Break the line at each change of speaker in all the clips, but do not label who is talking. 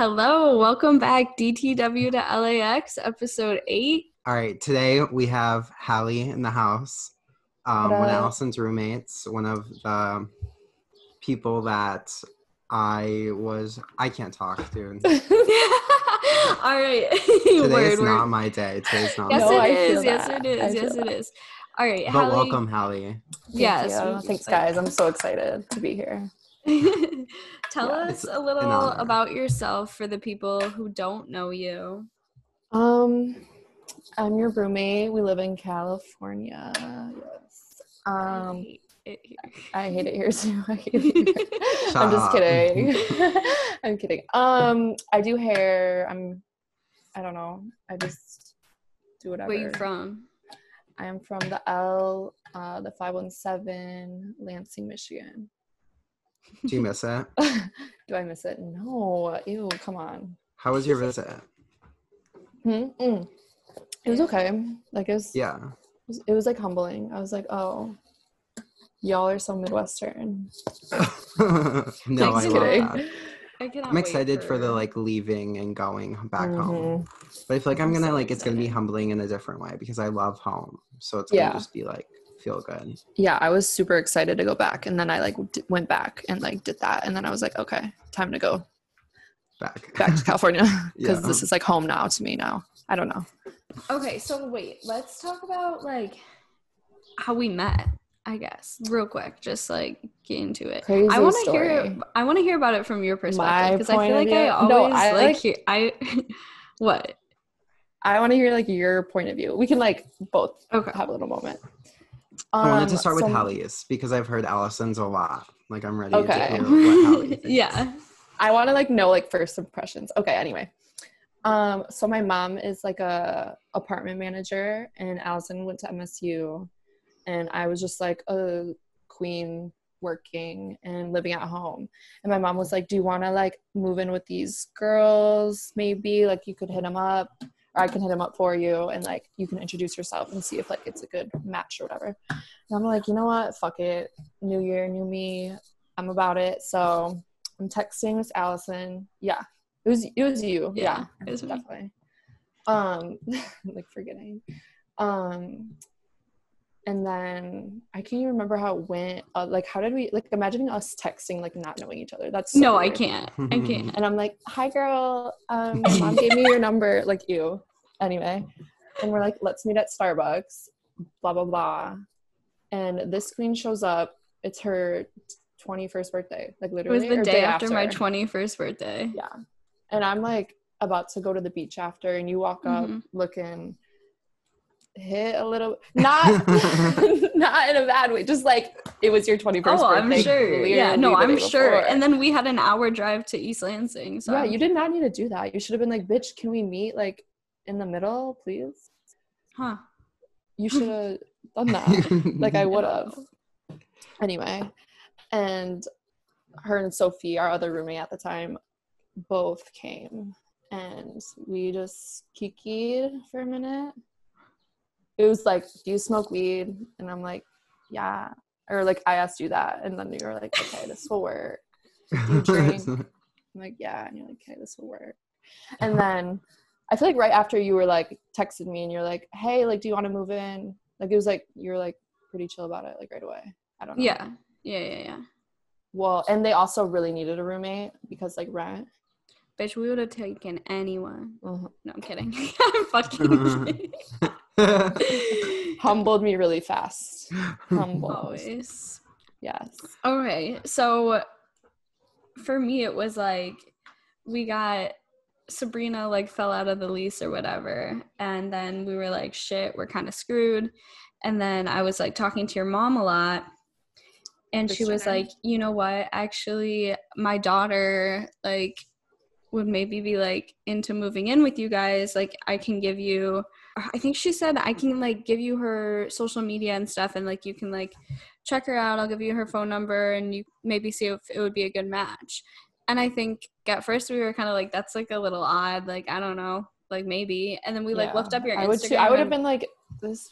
Hello, welcome back, DTW to LAX, episode eight.
All right, today we have Hallie in the house, um,
What
one of
up?
Allison's roommates, one of the people that I was. I can't talk, dude. Today
All right. word,
is
word.
not my day. Today's not.
yes,
my
No,
day.
I
it
feel
is. Yes, it
that.
is.
I feel
yes, it is. All right.
But
Hallie-
welcome, Hallie.
Thank
Yes.
you.
we-
Thanks, guys. I'm so excited to be here.
Tell
Yeah,
it's
us a little
honor.
about yourself for the people who don't know you.
Um, I'm your roommate. We live in California. Yes. Um,
I hate it
I hate it here too. I hate it here.
here.
I'm
Shut
just
up.
kidding. I'm kidding. Um, I do hair. I'm. I don't know. I just do whatever.
Where you from?
I am from the L, uh, the 517, Lansing, Michigan.
Do you miss it?
do I miss it? No. Ew. Come on.
How was your visit?
Hmm? Mm. It was
Yeah.
okay. Like it was,
Yeah.
it was. It was like humbling. I was like, oh, y'all are so Midwestern.
no, Oh, I
Just
love
kidding.
that.
I cannot
I'm
wait
excited for the like leaving and going back home.
Mhm.
But I feel like I'm
I'm
gonna
so
like it's gonna be
excited.
humbling in a different way because I love home. So it's gonna
Yeah.
just be like feel good.
Yeah, I was super excited to go back, and then I like d- went back and like did that, and then I was like, okay, time to go
Back.
back to California because
Yeah.
this is like home now to me now. I don't know.
Okay, so wait, let's talk about like how we met, I guess, real quick, just like get into it.
Crazy
I want to hear
story.
I want to hear about it from your
My
perspective because I
point
feel
of
like I
view?
always
No,
I
I
like
like-
hear, I what?
I want to hear like your point of view. We can like both
Okay.
have a little moment.
I wanted to
Um,
start with
so-
Hallie's because I've heard Allison's a lot. Like I'm ready to
Okay.
hear what Hallie thinks.
yeah.
I want to like know like first impressions. Okay, anyway. Um, so my mom is like a apartment manager, and Allison went to MSU, and I was just like a queen working and living at home. And my mom was like, "Do you want to like move in with these girls? Maybe like you could hit them up, or I can hit them up for you, and like you can introduce yourself and see if like it's a good match or whatever." And I'm like, you know what? Fuck it. New year, new me. I'm about it. So I'm texting Miss Allison. Yeah, it was it was you.
Yeah,
Yeah,
it was me.
definitely. Um, like forgetting. Um, and then I can't even remember how it went. Uh, like, how did we like imagining us texting like not knowing each other? That's so
no, I
weird.
can't. I can't.
And I'm like, hi girl, um, my mom gave me your number. Like you. Anyway, and we're like, let's meet at Starbucks. Blah blah blah. And this queen shows up. It's her 21st birthday. Like
It
literally,
was the
or
day, after, my 21st birthday.
yeah. And I'm like about to go to the beach after, and you walk up
Mhm.
looking hit a little not not in a bad way, just like it was your 21st
Oh, I'm
birthday.
sure. Yeah, no, I'm sure. And
And
then we had an hour drive to East Lansing. So
yeah, you did not need to do that. You should have been like, bitch, can we meet like in the middle, please?
huh.
You should have done that. like I would have. Anyway, and her and Sophie, our other roommate at the time, both came, and we just kikied for a minute. It was like, "Do you smoke weed?" And I'm like, "Yeah," or like I asked you that, and then you were like, "Okay, this will work." you drink? I'm like, yeah. And you're like, okay, this will work. And then I feel like right after you were like texted me and you're like, hey, like, do you want to move in? Like it was like you were like pretty chill about it, like right away. I don't know.
Yeah. Yeah, yeah, yeah.
Well, and they also really needed a roommate because like rent.
Bitch, we would have taken anyone.
Mhm.
No, I'm kidding. I'm fucking kidding.
Humbled me really fast. Humbled.
Always.
Yes.
All right. So for me, it was like we got Sabrina like fell out of the lease or whatever. And then we were like, shit, we're kind of screwed. And then I was like talking to your mom a lot. And she was
Christina.
like, you know what? Actually, my daughter, like, would maybe be like into moving in with you guys. Like, I can give you, I think she said, I can like give you her social media and stuff, and like you can like check her out. I'll give you her phone number and you maybe see if it would be a good match. And I think at first we were kind of like, that's like a little odd. Like, I don't know, like maybe. And then we like
Yeah.
looked up your Instagram.
I would too. I would have
and-
been like, this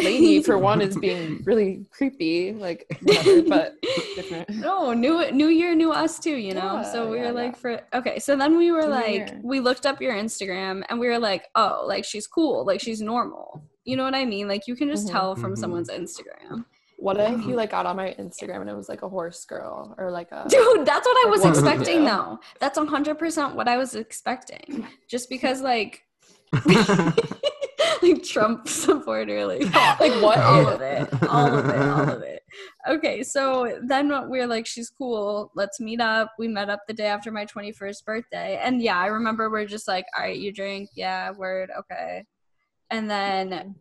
lady for one is being really creepy, like whatever, but different.
No, new new year, new us too, you know.
Yeah,
so we
yeah,
were like,
yeah.
for okay. So then we were
New
like,
year.
we looked up your Instagram and we were like, oh, like she's cool, like she's normal. You know what I mean? Like you can just
Mhm.
tell from
Mhm.
someone's Instagram.
What if you like got on my Instagram and it was like a horse girl or like a
Dude, that's what I
Like,
was
what would you
expecting
do?
though. That's 100% what I was expecting. Just because like like Trump supporter like
like what?
all
if-
of it, all of it, all of it. Okay, so then what- we're like, she's cool. Let's meet up. We met up the day after my 21st birthday, and yeah, I remember we're just like, all right, you drink, yeah, word, okay. And then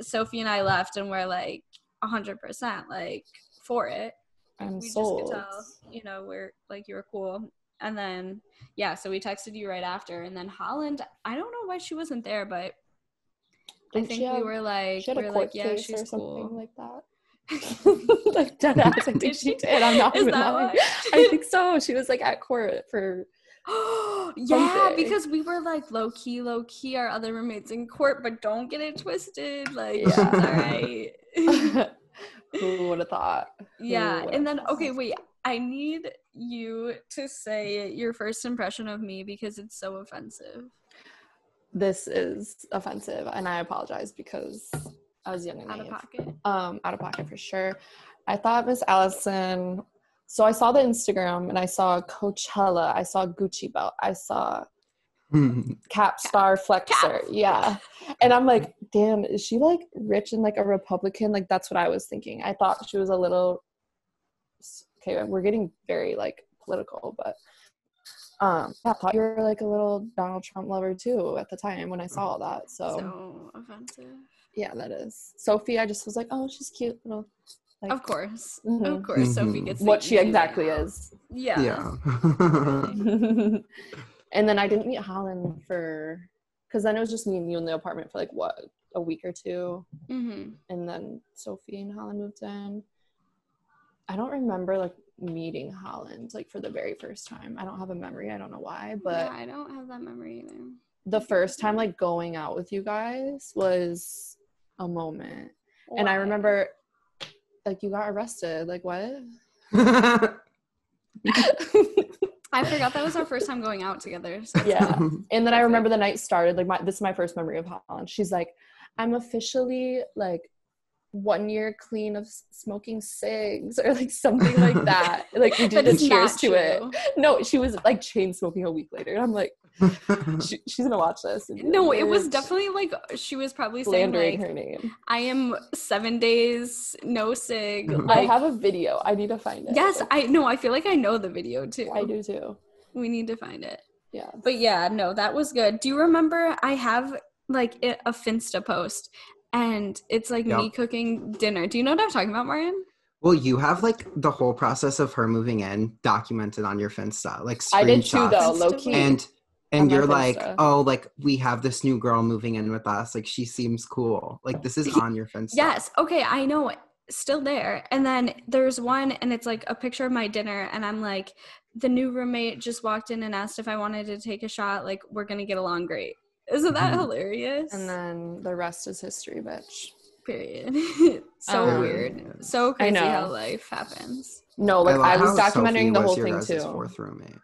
Sophie and I left, and we're like, 100 percent, like for it.
I'm
we
sold.
just could tell, you know, we're like you were cool. And then yeah, so we texted you right after, and then Holland. I don't know why she wasn't there, but I
Didn't
think
she
we
have-
were like,
she had
we
a
were
court
like, yeah,
case or
she's
something
cool.
like that. like dead ass, I think
Did
she
she?
did. I'm not
Is
even
that
lying.
why?
I think so. She was like at court for
yeah,
Someday.
because we were like low key, low key, our other roommates in court, but don't get it twisted. Like,
Yeah.
all right.
who would have thought?
yeah.
Ooh.
And then, okay, wait, I need you to say your first impression of me because it's so offensive.
This is offensive, and I apologize because I was young and
Out of
naive.
pocket.
um out of pocket for sure i thought miss allison so i saw the instagram and i saw coachella i saw gucci belt i saw capstar flexer yeah and i'm like damn is she like rich and like a republican like that's what i was thinking i thought she was a little okay we're getting very like political but um i thought you were like a little donald trump lover too at the time when i saw all that
Mm-hmm. So offensive.
yeah, that is. Sophie, I just was like, oh, she's cute. Little, like,
Of course. Of
Mhm.
course, Sophie
Mhm.
gets the
What she
easy way
exactly
out.
is.
Yeah.
yeah.
and then I didn't meet Holland for, because then it was just me and you in the apartment for like what, a week or two.
Mm-hmm.
And then Sophie and Holland moved in. I don't remember like meeting Holland like for the very first time. I don't have a memory. I don't know why, but
yeah, I don't have that memory either.
the first time like going out with you guys was a moment. And I
Why?
remember like you got arrested. Like what?
I forgot that was our first time going out together. So.
yeah. And then I
Perfect.
remember the night started, like my this is my first memory of Holland. She's like, I'm officially like one year clean of s- smoking cigs or like something like that. Like we did
That
the
is
cheers
not
to it.
true.
No, she was like chain smoking a week later. And I'm like, she, she's gonna watch this. and be like,
No, it was
"Bitch,"
definitely like she was probably saying
slandering
like
her name.
I am seven days no sig.
I
Like
I have a video. I need to find it.
yes,
Like,
I no, I feel like I know the video too.
I do too.
We need to find it.
Yeah.
But yeah, no, that was good. Do you remember I have like i- a Finsta post and it's like me
Yeah.
cooking dinner. Do you know what I'm talking about, Marian?
well, you have like the whole process of her moving in documented on your Finsta, like screenshots.
I did too though,
Screenshots.
low key.
And and
my
you're like,
Finsta.
oh, like we have this new girl moving in with us. Like she seems cool. Like this is on your Finsta.
Yes. Okay, I know it. Still there. And then there's one, and it's like a picture of my dinner, and I'm like, the new roommate just walked in and asked if I wanted to take a shot. Like, we're gonna get along great. Isn't that
Mhm.
hilarious?
and then the rest is history, bitch.
Period. so
Um,
weird. So crazy
know.
how life happens.
No, like
love
I, was
how Sophie
documenting the
was
whole
your
thing
guys'
too.
Fourth roommate.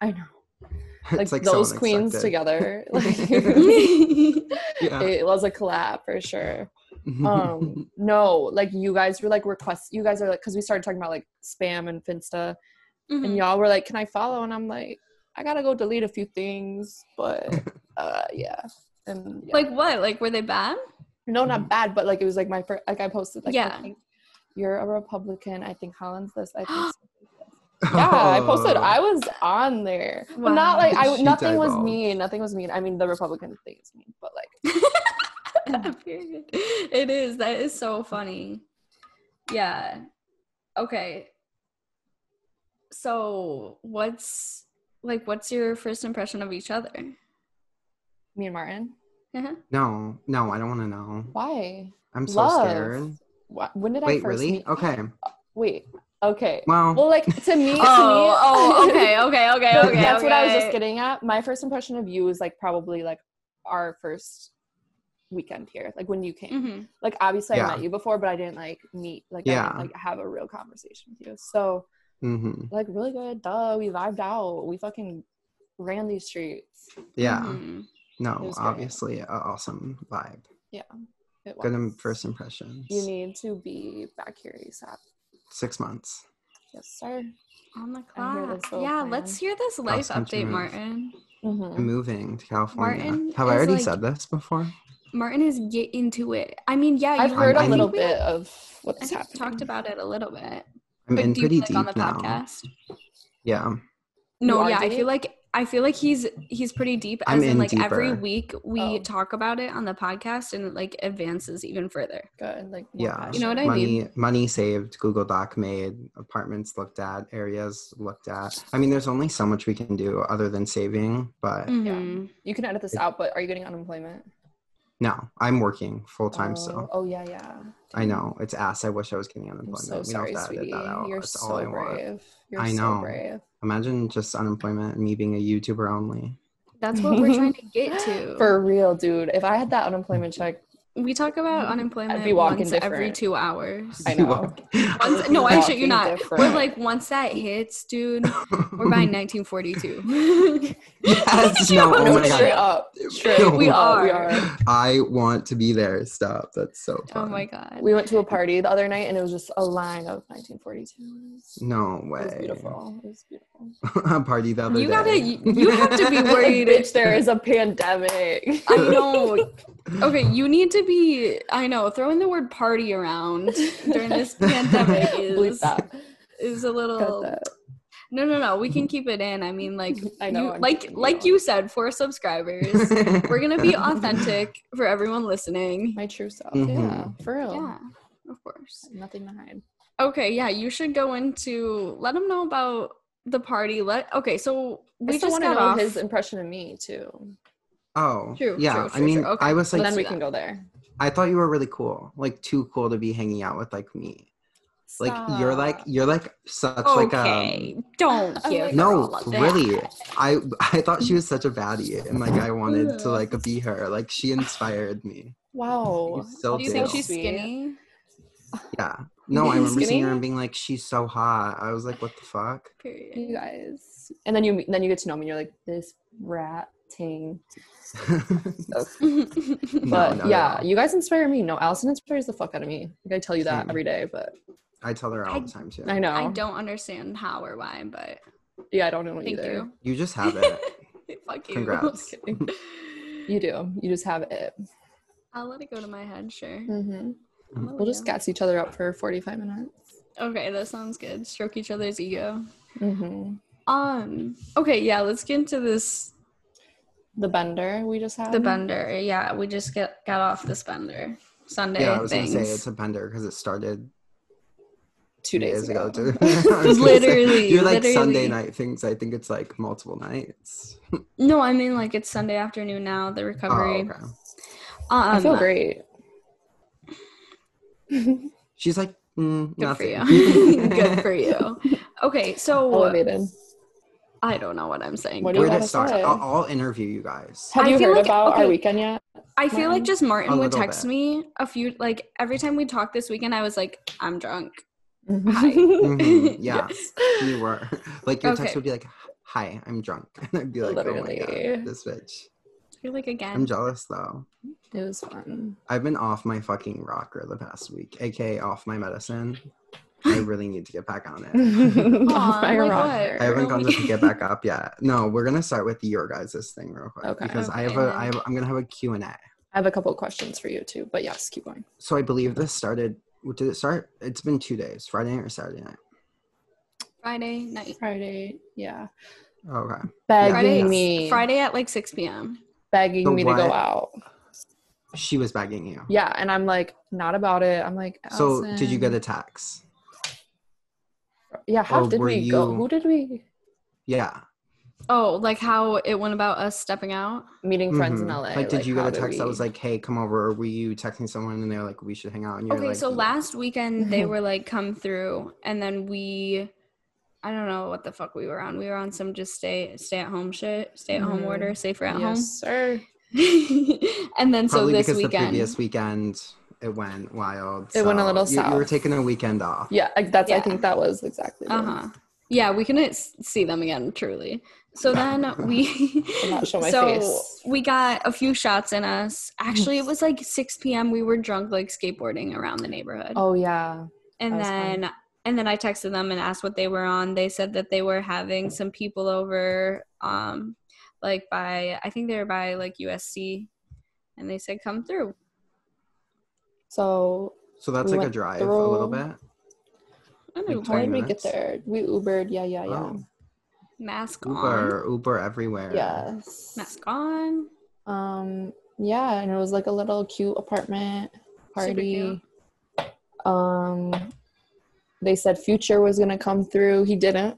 I know.
It's,
Like,
so
those queens
unexpected.
together. Like
Yeah.
it was a collab for sure. Um no, like you guys were like request you guys are like because we started talking about like spam and Finsta and
Mm-hmm.
Mhm.
y'all were like, Can I follow? And I'm like, I gotta go delete a few things, but uh yeah. And yeah.
Like what? Like were they bad?
no,
mm-hmm.
not bad, but like it was like my first like I posted like
Yeah.
I think you're a Republican, I think Holland's this, I think Yeah, I posted.
Oh.
I was on there, but not like I.
She
Nothing was
divulged.
mean. Nothing was mean. I mean, the Republican thing is mean, but like,
Period. It is. That is so funny. Yeah. Okay. So what's like what's your first impression of each other?
me and Martin.
Uh-huh.
No, no, I don't want to know.
Why?
I'm so
Love.
scared.
Why? When did I
Wait,
first
really?
meet?
Okay.
Wait. Okay.
Well,
Well, like to me. to me,
Oh, oh, okay, okay, okay,
No,
okay.
that's what I was
okay.
just getting at. My first impression of you is like probably like our first weekend here, like when you came.
hmm
Like obviously
Yeah.
I met you before, but I didn't like meet, like I
Yeah.
didn't, like have a real conversation with you. So
hmm
like really good, duh. We vibed out. We fucking ran these streets.
Yeah.
Mhm.
It
No,
was great.
obviously, an awesome vibe.
It
Good im-
was.
first impressions.
You need to be back here ASAP.
Six months.
Yes, sir.
On the
I hear
clock.
this little
Yeah,
plan.
let's hear this life
country
update,
move.
Martin.
I'm
Mm-hmm.
moving to California.
Martin
Have I
is
already
like-
said this before?
Martin is get into it. I mean, yeah,
I've
you-
heard
I
a
think
little
we-
bit of
I
what's
think
happening.
we talked about it a little bit.
I'm
but
in
do you
pretty
feel like
deep
on the
now.
podcast?
Yeah.
No,
are
yeah, I
deep?
feel like I feel like he's he's pretty deep.
I'm
As in,
in
like every
deeper.
week we
Oh.
talk about it on the podcast, and it like advances even further.
Good, like more
Yeah.
You know what I
passion.
money,
mean?
money saved, Google Doc made, apartments looked at, areas looked at. I mean, there's only so much we can do other than saving, but
Mhm.
You can edit this out, but are you getting unemployment?
no, I'm working full time
oh,
still.
Oh yeah, yeah.
I know it's ass. I wish I was getting
I'm
unemployment.
so sorry,
have to edit
sweetie. You're
That's
so brave. You're
I
so
know.
brave.
Imagine just unemployment and me being a YouTuber only.
That's what we're trying to get to.
For real, dude. If I had that unemployment check,
we talk about unemployment
I'd be walking
once every
different.
two hours.
I know.
Once,
I'd
no,
be
I shit you
walking
not. We're
different.
like, once that hits, dude, we're buying Oh 1942.
Yes, no, oh
no,
my
straight
god.
up, straight
No.
We
up, we
are.
are.
I want to be there. Stop. That's so
oh
fun.
my god.
We went to a party the other night, and it was just a line of 1942s.
No way.
It was beautiful. It was beautiful.
a party the other
You
day.
gotta- you- you have to be worried. Worried.
Bitch, there is a pandemic.
I know. Okay, you need to be. I know throwing the word party around during this pandemic
Bleep
is
that.
is a
Cut
little.
that.
No, no, no. We can keep it in. I mean, like
I know,
you-
I'm
like
kidding, you
like
know.
you said, for subscribers, we're gonna be authentic for everyone listening.
My true self.
Mhm.
Yeah, for real.
Yeah, of course.
Nothing to hide.
Okay, yeah, you should go into let them know about the party. Let okay, so
We
we
I still
just
want to
got
know
off.
his impression of me too.
Oh,
True,
yeah.
true,
I
true,
mean,
true. Okay.
I was
So
like,
then we can go there.
I thought you were really cool, like too cool to be hanging out with like me. Like you're like
Stop.
you're like such like
okay,
a
don't
I'm
give
like-
her all
no
of that.
really. I I thought she was such a baddie, and like I wanted to like be her. Like she inspired me.
wow.
You still
Do you
Do you
think
Potato.
she's skinny?
Yeah. No, I
Being
remember seeing her
skinny?
and being like, she's so hot. I was like, what the fuck?
You
Period.
guys. And then you then you get to know me. and You're like this rat ting.
No,
But
not at
yeah,
all.
you guys inspire me. No, Allison inspires the fuck out of me. Like I tell you that
Same.
every day, but
I tell her all
I-
the time too.
I know.
I don't understand how or why, but
Yeah, I don't know
thank
either.
you.
You just have it.
Fuck you.
Congrats.
Just kidding. You do. You just have it.
I'll let it go to my head, sure.
Mm,
hmm
I'll let
We'll
it
just
go.
gas each other up for 45 minutes.
Okay, that sounds good. Stroke each other's ego.
hmm
Um. Okay, yeah. Let's get into this.
The bender we just had.
Um,
The bender. Yeah, we just get got off this bender Sunday.
yeah, I was
things.
gonna say it's a bender because it started
two days ago.
too. I was gonna say,
Literally,
you're like Sunday
literally.
night things. I think it's like multiple nights.
no, I mean like it's Sunday afternoon now. The recovery.
Oh, okay.
Um,
I feel great.
She's like, mm,
Good for
nothing. Oh,
you. good for you. Okay, so
Elevated.
I don't know what I'm saying.
What do you
Where
gotta
to start?
say.
I'll, I'll interview you guys.
Have
I
you
feel
heard
like-
about
okay.
our weekend yet?
I feel like
Martin?
just Martin
A
would
little
text
bit.
me a few like every time we talked this weekend. I was like, I'm drunk.
Mhm, Yeah, you were like your
Okay.
text would be like, "Hi, I'm drunk," and I'd be like, "Oh my
Literally.
god, this bitch."
You're like
I'm
again.
jealous though.
It was fun.
I've been off my fucking rocker the past week, aka off my medicine. I really need to get back on it.
Off my
like
rocker.
what?
I haven't gone to
Really?
pick it back up yet. No, we're gonna start with your guys' this thing real quick
Okay.
because I have
Okay.
a I have, I'm gonna have a Q and A.
I have a couple of questions for you too, but yes, keep going.
So I believe this started. Did it start? It's been two days, Friday night or Saturday night.
Friday night.
Friday, yeah.
Okay.
Begging
Friday,
me.
Friday at like 6 p.m.
Begging
So
me to go
what-
out.
She was begging you.
Yeah, and I'm like, not about it. I'm like,
So did you get
Allison.
a text?
Yeah, how
or
did
were
we go?
you-
Who did we
Yeah.
Oh, like how it went about us stepping out?
meeting friends in
Mhm.
LA?
Like, did you get
how
a text that was
we-
like, "Hey, come over"? Or were you texting someone and they were like, "We should hang out"? And you're
Okay,
like,
so last weekend they were like come through and then we I don't know what the fuck we were on. We were on some just stay stay at home shit, stay at home
Mhm.
order, safer at
yes, sir.
and then so
Probably
this
because the
weekend.
previous weekend it went wild.
It went a
so
little
you, You were
south.
taking a weekend off.
Yeah, I- that's. I
Yeah.
think that was exactly. what it
Uh
was.
huh. Yeah, we couldn't s- see them again, truly. So then we.
Did not show my
so
face.
we got a few shots in us. Actually, it was like 6 p.m. We were drunk, like skateboarding around the neighborhood.
Oh yeah. that
and
was fun.
then and then I texted them and asked what they were on. They said that they were having some people over, um, like by I think they were by like USC, and they said come through.
So
So that's
We
like a
went
drive a little
through-
bit.
I'm
Like,
Uber.
how did we get
minutes.
there? We Ubered. Yeah, yeah, yeah.
Oh,
mask on,
Uber, Uber everywhere.
Yes.
mask on.
Um. Yeah, and it was like a little cute apartment
Super
party. Um. They said Future was gonna come through. He didn't.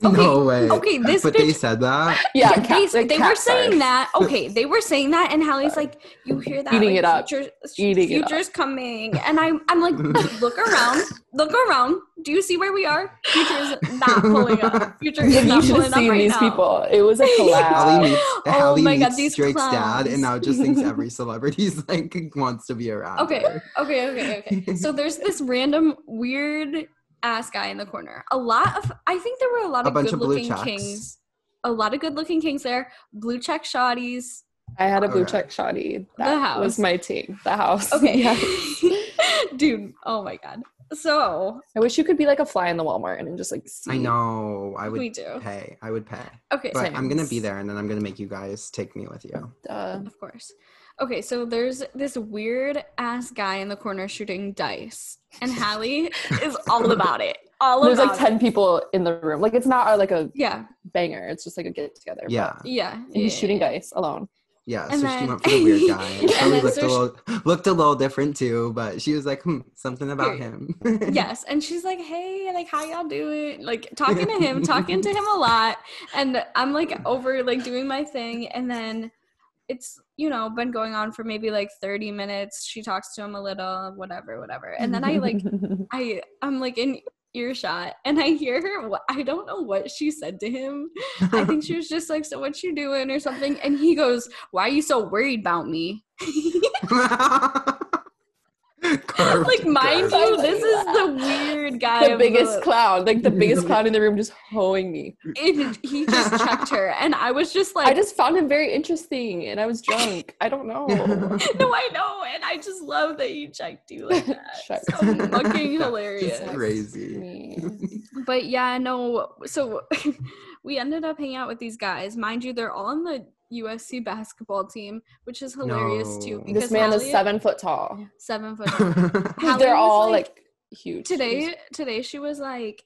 No way.
Okay, this
but they
bitch.
said that.
Yeah,
Yeah,
cat-
they,
like
they were
cat
saying
first.
that. Okay, they were saying that, and Hallie's like, "You hear that?
Eating
like,
it up.
Future's,
Eating it up.
future's coming." And I'm, I'm like, "Look around, look around. Do you see where we are? Future's not pulling up. Future
Yeah,
is
you
not
should
pulling
have
up
seen
right
these
now."
people. It was a collab.
Hallie meets,
Oh
Hallie
my God,
meets
these
Drake's dad,
clowns.
and now just thinks every celebrity's like wants to be around.
Okay,
her.
okay, okay, okay. So there's this random weird ass guy in the corner. A lot of, I think there were a lot
A
of
bunch of
good
blue
looking
checks.
kings. A lot of good looking kings there. Blue check shotties.
I had a blue
Okay.
check shoddy.
The
That
house.
was my team. The house.
Okay.
Yeah.
Dude, oh my god. So
I wish you could be like a fly in the Walmart and just like see.
I know. I would
we do.
pay. I would pay.
Okay,
But
so
same.
I'm gonna be there, and then I'm gonna make you guys take me with you.
Duh.
of course. Okay, so there's this weird ass guy in the corner shooting dice. And Hallie is all about it. All
There's like
about it.
ten people in the room. Like it's not uh, like a
Yeah,
banger. It's just like a get together. but-
Yeah,
yeah.
Uh, And he's
yeah,
shooting
yeah.
dice alone.
yeah.
And
so she
then-
went for the weird guy.
And
Probably
then
looked
so
a
she-
little looked a little different too, but she was like, hmm, something about
Period.
him.
yes and she's like hey like how y'all doing like talking to him talking to him a lot and i'm like over like doing my thing and then it's you know been going on for maybe like 30 minutes she talks to him a little whatever whatever and then i like i i'm like in earshot and i hear her wh- i don't know what she said to him i think she was just like so what you doing or something and he goes why are you so worried about me
Curved
like mind
curve.
you
I
this is
like
the weird guy
Oh, the
of
biggest clown, like the biggest clown in the room, just hoeing me.
it, he just checked her and i was just like
I just found him very interesting, and I was drunk. I don't know.
no i know and i just love that you checked you like that
Check.
so fucking
That's
hilarious
just crazy.
Me.
but yeah no so we ended up hanging out with these guys mind you they're all on the usc basketball team which is hilarious too
No.
because
This man is
Hallie-
seven foot tall.
seven foot tall. Hallie
They're
was,
all like, huge.
today today she was like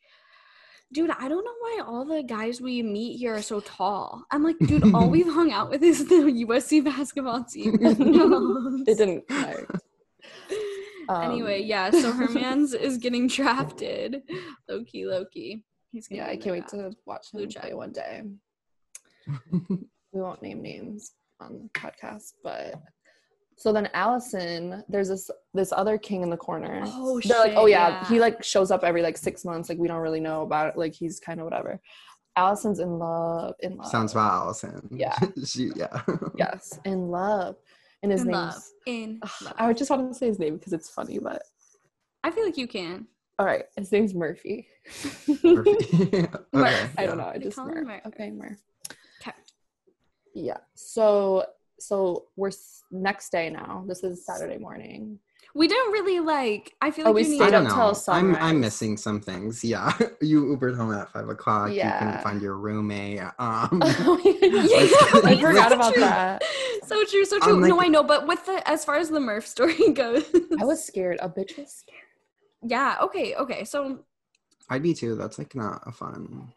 dude i don't know why all the guys we meet here are so tall i'm like dude all we've hung out with is the usc basketball team
They didn't connect. Um,
anyway yeah so Hermans is getting drafted loki loki he's gonna
Yeah,
be
I
in the
can't wait
draft.
to watch
Blue
him play
check.
one day. We won't name names on the podcast, but so then Allison, there's this this other king in the corner.
Oh,
They're like, oh
shit,
yeah.
yeah.
he like shows up every like six months. Like we don't really know about it. Like he's kind of whatever. Allison's in love. In love.
Sounds about Allison.
Yeah.
she, yeah.
Yes, in love. And his
in
name's.
love in
Ugh,
love.
I just want to say his name because it's funny, but
i feel like you can
all right, his name's Murphy.
Perfect. Okay,
I don't know. I
They
just
call him
Murph.
Murph.
Okay, Murph.
'Kay.
Yeah. So so we're s- next day now. This is Saturday morning.
we didn't really like i feel
Oh,
like
we
you
I
need
stayed
don't
up
know.
till
I'm I'm
sunrise.
missing some things. Yeah, you Ubered home at five o'clock. You couldn't
Yeah.
find your roommate. Um,
I forgot about
True.
that.
so true so
I'm
true no
like-
i know but with the as far as the murph story goes
I was scared. A bitch was scared.
yeah okay okay so
I'd be too. That's like not a fun.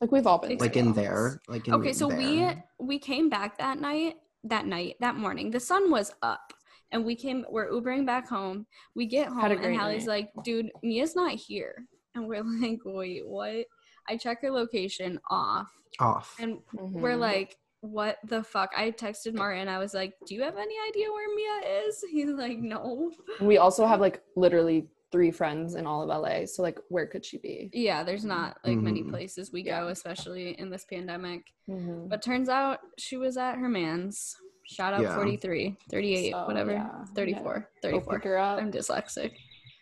Like we've all been
Like in there. Like in
okay so
there.
we we came back that night that night that morning the sun was up and we came we're ubering back home we get home
Had a
and
great
hallie's
night.
like dude mia's not here and we're like wait what i check her location off
off.
and
Mhm.
we're like what the fuck i texted martin i was like do you have any idea where mia is he's like no
And we also have like literally three friends in all of LA. So like, where could she be?
yeah there's not like many
Mhm.
places we
Yeah.
go especially in this pandemic
Mhm.
But turns out she was at her man's. Shout out
Yeah.
43, 38,
So,
whatever.
yeah,
34,
Go pick
34.
her up.
I'm dyslexic.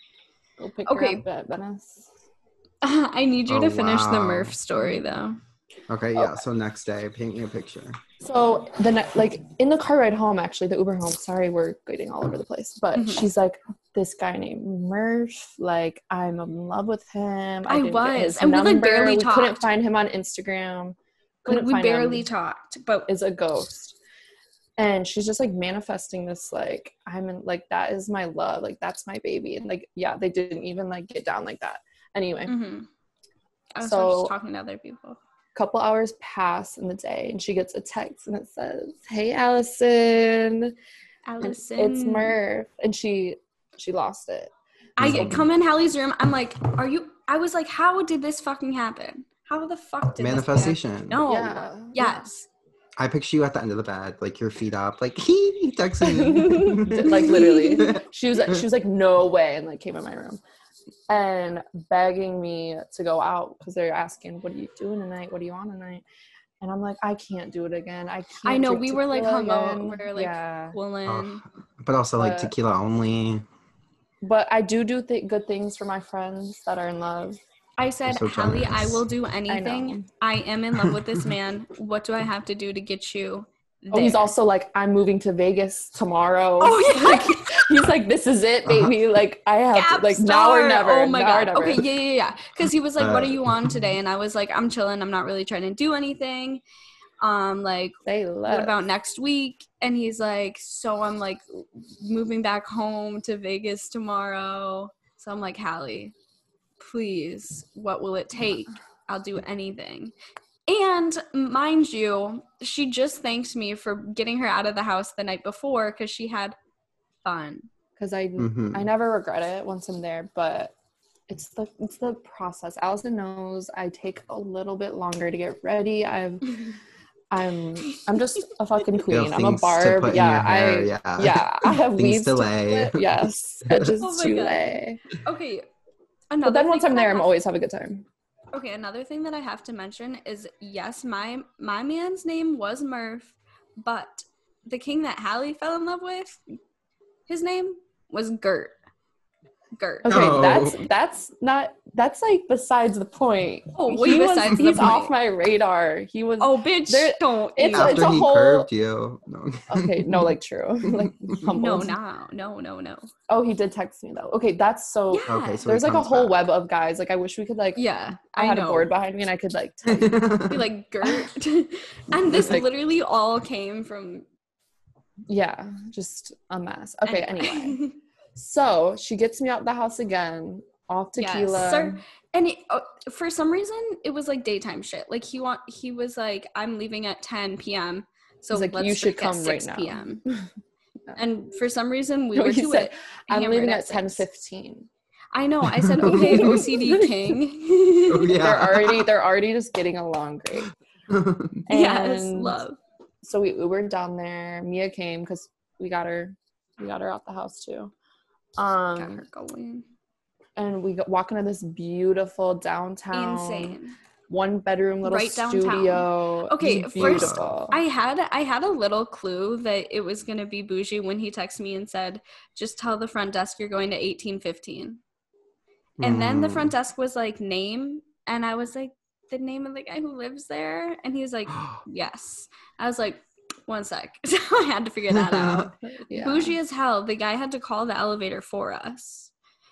Go pick
Okay.
her up at Venice.
I need you
Oh,
to finish the
wow.
Murph story though.
Okay,
oh.
yeah. So next day, paint me a picture.
So the ne- like in the car ride home, actually the Uber home. Sorry, we're getting all over the place. But
Mhm.
she's like this guy named Murph. Like I'm in love with him.
I
didn't get
was,
his
and we, like,
number.
barely
we Couldn't
talked.
find him on Instagram.
Like,
Couldn't
we
find
barely
him.
talked, but
is a ghost. And she's just like manifesting this, like, I'm in, like, that is my love. Like, that's my baby. And like, yeah, they didn't even like get down like that. Anyway,
mhm. I was
So-
just talking to other people.
couple hours pass in the day and she gets a text and it says, Hey, Allison. And
Allison,
It's Murph. And she, she lost it.
I
Mhm.
come in Hallie's room. I'm like, are you? I was like, how did this fucking happen? How the fuck did this happen?"
Manifestation.
No.
Yeah.
Yes.
I picture you at the end of the bed, like your feet up, like he texting me.
Like, literally. she was she was like no way and like came in my room and begging me to go out because they're asking what are you doing tonight what do you want tonight and i'm like i can't do it again i can't
I know,
drink
we were, like,
tequila
hungover,
again."
like-
yeah
Woolen.
Ugh. but also like
Um, But-
tequila only.
but i do do th- good things for my friends that are in love
I said,
so
Hallie, I
generous.
will do
I
anything.
know.
I, am in love with this man. What do I have to do to get you?
oh he's
there?"
also like i'm moving to vegas tomorrow
Oh yeah.
Like, he's like this is it baby like i have to, like now or
Capstar.
never
Oh my
now or
god.
never.
Okay, yeah, yeah, yeah. Because he was like, "What are
Uh,
you on today?" And I was like, "I'm chilling. I'm not really trying to do anything." Um, like,
they love
what about next week? And he's like, "So I'm like moving back home to Vegas tomorrow." So I'm like, "Hallie, please, what will it take? I'll do anything." And mind you, she just thanked me for getting her out of the house the night before because she had fun.
because i
Mhm.
I never regret it once I'm there, but it's the it's the process. Allison knows I take a little bit longer to get ready. I'm I'm I'm just a fucking
You know,
queen. I'm a
things to put
barb.
in
Yeah,
your hair,
I yeah.
yeah.
I have
Things
weeds
to
to
lay.
put. Yes, I just
Oh my
do
God.
lay.
Okay.
But then
thing
once I'm
that I
there, I'm
have-
always have a good time.
okay. Another thing that I have to mention is yes, my my man's name was Murph, but the king that Hallie fell in love with, his name was Gert. Gert.
Okay,
No.
that's that's not that's like besides the point.
Oh, way
was-
besides the
he's off
point.
my radar. he was
Oh, bitch!
There-
don't.
it's
you.
a-
After he
whole-
curved you. No.
okay no like true like
no,
humbled.
no, no, no, no.
oh he did text me though Oh, okay that's so
Yeah.
Okay, so
there's
he
like a
comes
whole
back.
web of guys. Like I wish we could like
Yeah,
I,
I,
had
know.
a board behind me and I could like tell you.
Be
web.
like Gert, and this
Like-
literally all came from.
yeah, just a mess. Okay, anyway. So she gets me out the house again, off
Yes,
tequila.
sir. And it, uh, for some reason, it was like daytime shit. Like he want he was like, "I'm leaving at 10 p.m." So
He's like,
let's
"You should
drink at
come right
6
now."
p.m. And for some reason, we
No,
were
he
to
said,
it.
I'm
hammered
leaving at
six.
ten fifteen.
I know. I said, "Okay, OCD
Oh,
king."
yeah.
They're already they're already just getting along great.
yes,
And
love.
So we Ubered down there. Mia came because we got her we got her out the house too. Um
Got her going.
and we got, walk into this beautiful downtown
Insane.
one bedroom little
Right downtown.
studio.
Okay,
It's
first,
beautiful.
I had I had a little clue that it was gonna be bougie when he texted me and said, "Just tell the front desk you're going to 1815." And then the
Mm.
front desk was like, name. And I was like, the name of the guy who lives there? And he was
Mm.
like, yes. I was like, one sec. So I had to figure that out.
Yeah.
Bougie as hell. The guy had to call the elevator for us.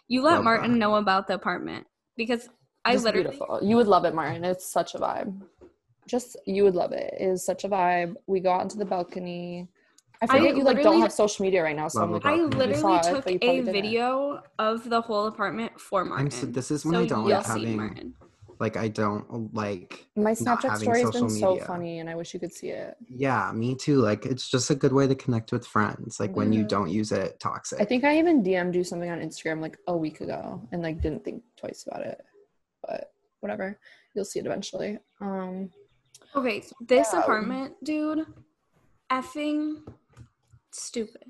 You let
Oh,
Love
Martin
that.
know about the apartment because I
Just
literally.
beautiful. You would love it, Martin. It's such a vibe. Just you would love it. It is such a vibe. We go out into the balcony. I
I
forget you like don't
literally-
have social media right now, so I'm
Love
like,
the
I
balcony.
literally
saw it,
took
but you
a
probably didn't.
video of the whole apartment for Martin.
I'm so, this is when I don't
you'll
like
see
having
Martin.
like I don't like
my
not
Snapchat
having
story has
social
been so
media.
funny, and I wish you could see it.
yeah, me too. Like it's just a good way to connect with friends. Like when you
Mhm.
don't use it, toxic.
I think I even DM'd you something on Instagram like a week ago, and like didn't think twice about it. But whatever, you'll see it eventually. Um,
Okay, this
Yeah.
apartment, dude, effing stupid.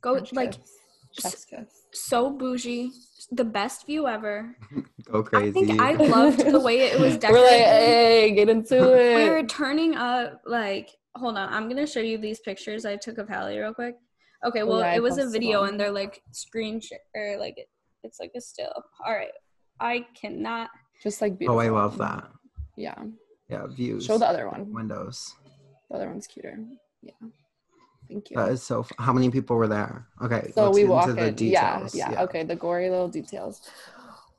Go
French
Oh, like
kiss. chef's kiss.
so bougie, the best view ever.
go crazy.
I think I loved the way it was
We're like,
decorated.
hey, get into
we were
it.
turning up like hold on. I'm gonna show you these pictures I took of Hallie real quick. Okay, well
Oh, yeah, I
it was a
posted
video
one.
and they're like screen sh- or like it, it's like a still. All right, I cannot.
Just like
Oh,
beautiful.
I love that.
Yeah.
Yeah, views.
Show the other one.
windows.
The other one's cuter. Yeah. Thank you.
That is so. F- How many people were there? Okay,
so
let's
we
get
walk
into the
in. Yeah,
details.
yeah, Okay, the gory little details.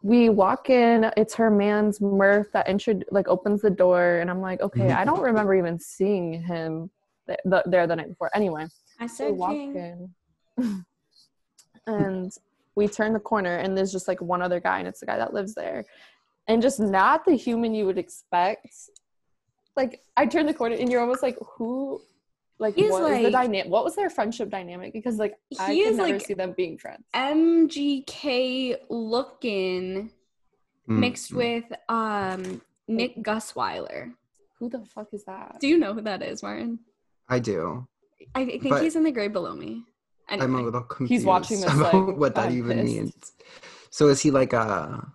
We walk in. It's her man's Murph that intro like opens the door, and I'm like, okay,
Mm-hmm.
I don't remember even seeing him th- th- there the night before. Anyway,
I
we
said
walk
king.
in, and we turn the corner, and there's just like one other guy, and it's the guy that lives there, and just not the human you would expect. Like I turn the corner, and you're almost like, who? Like
He's
what is the
like-
dynamic? What was their friendship dynamic? Because like I
He
could
is
never
like
see them being friends.
MGK looking
Mm,
mixed
mm.
with um Nick Gusweiler.
Who the fuck is that?
Do you know who that is, Martin?
I do.
I th- think
But-
he's in the grade below me. Anyway.
I'm a little confused
He's watching this,
about
like,
what that
I'm
even
pissed.
means. So is he like a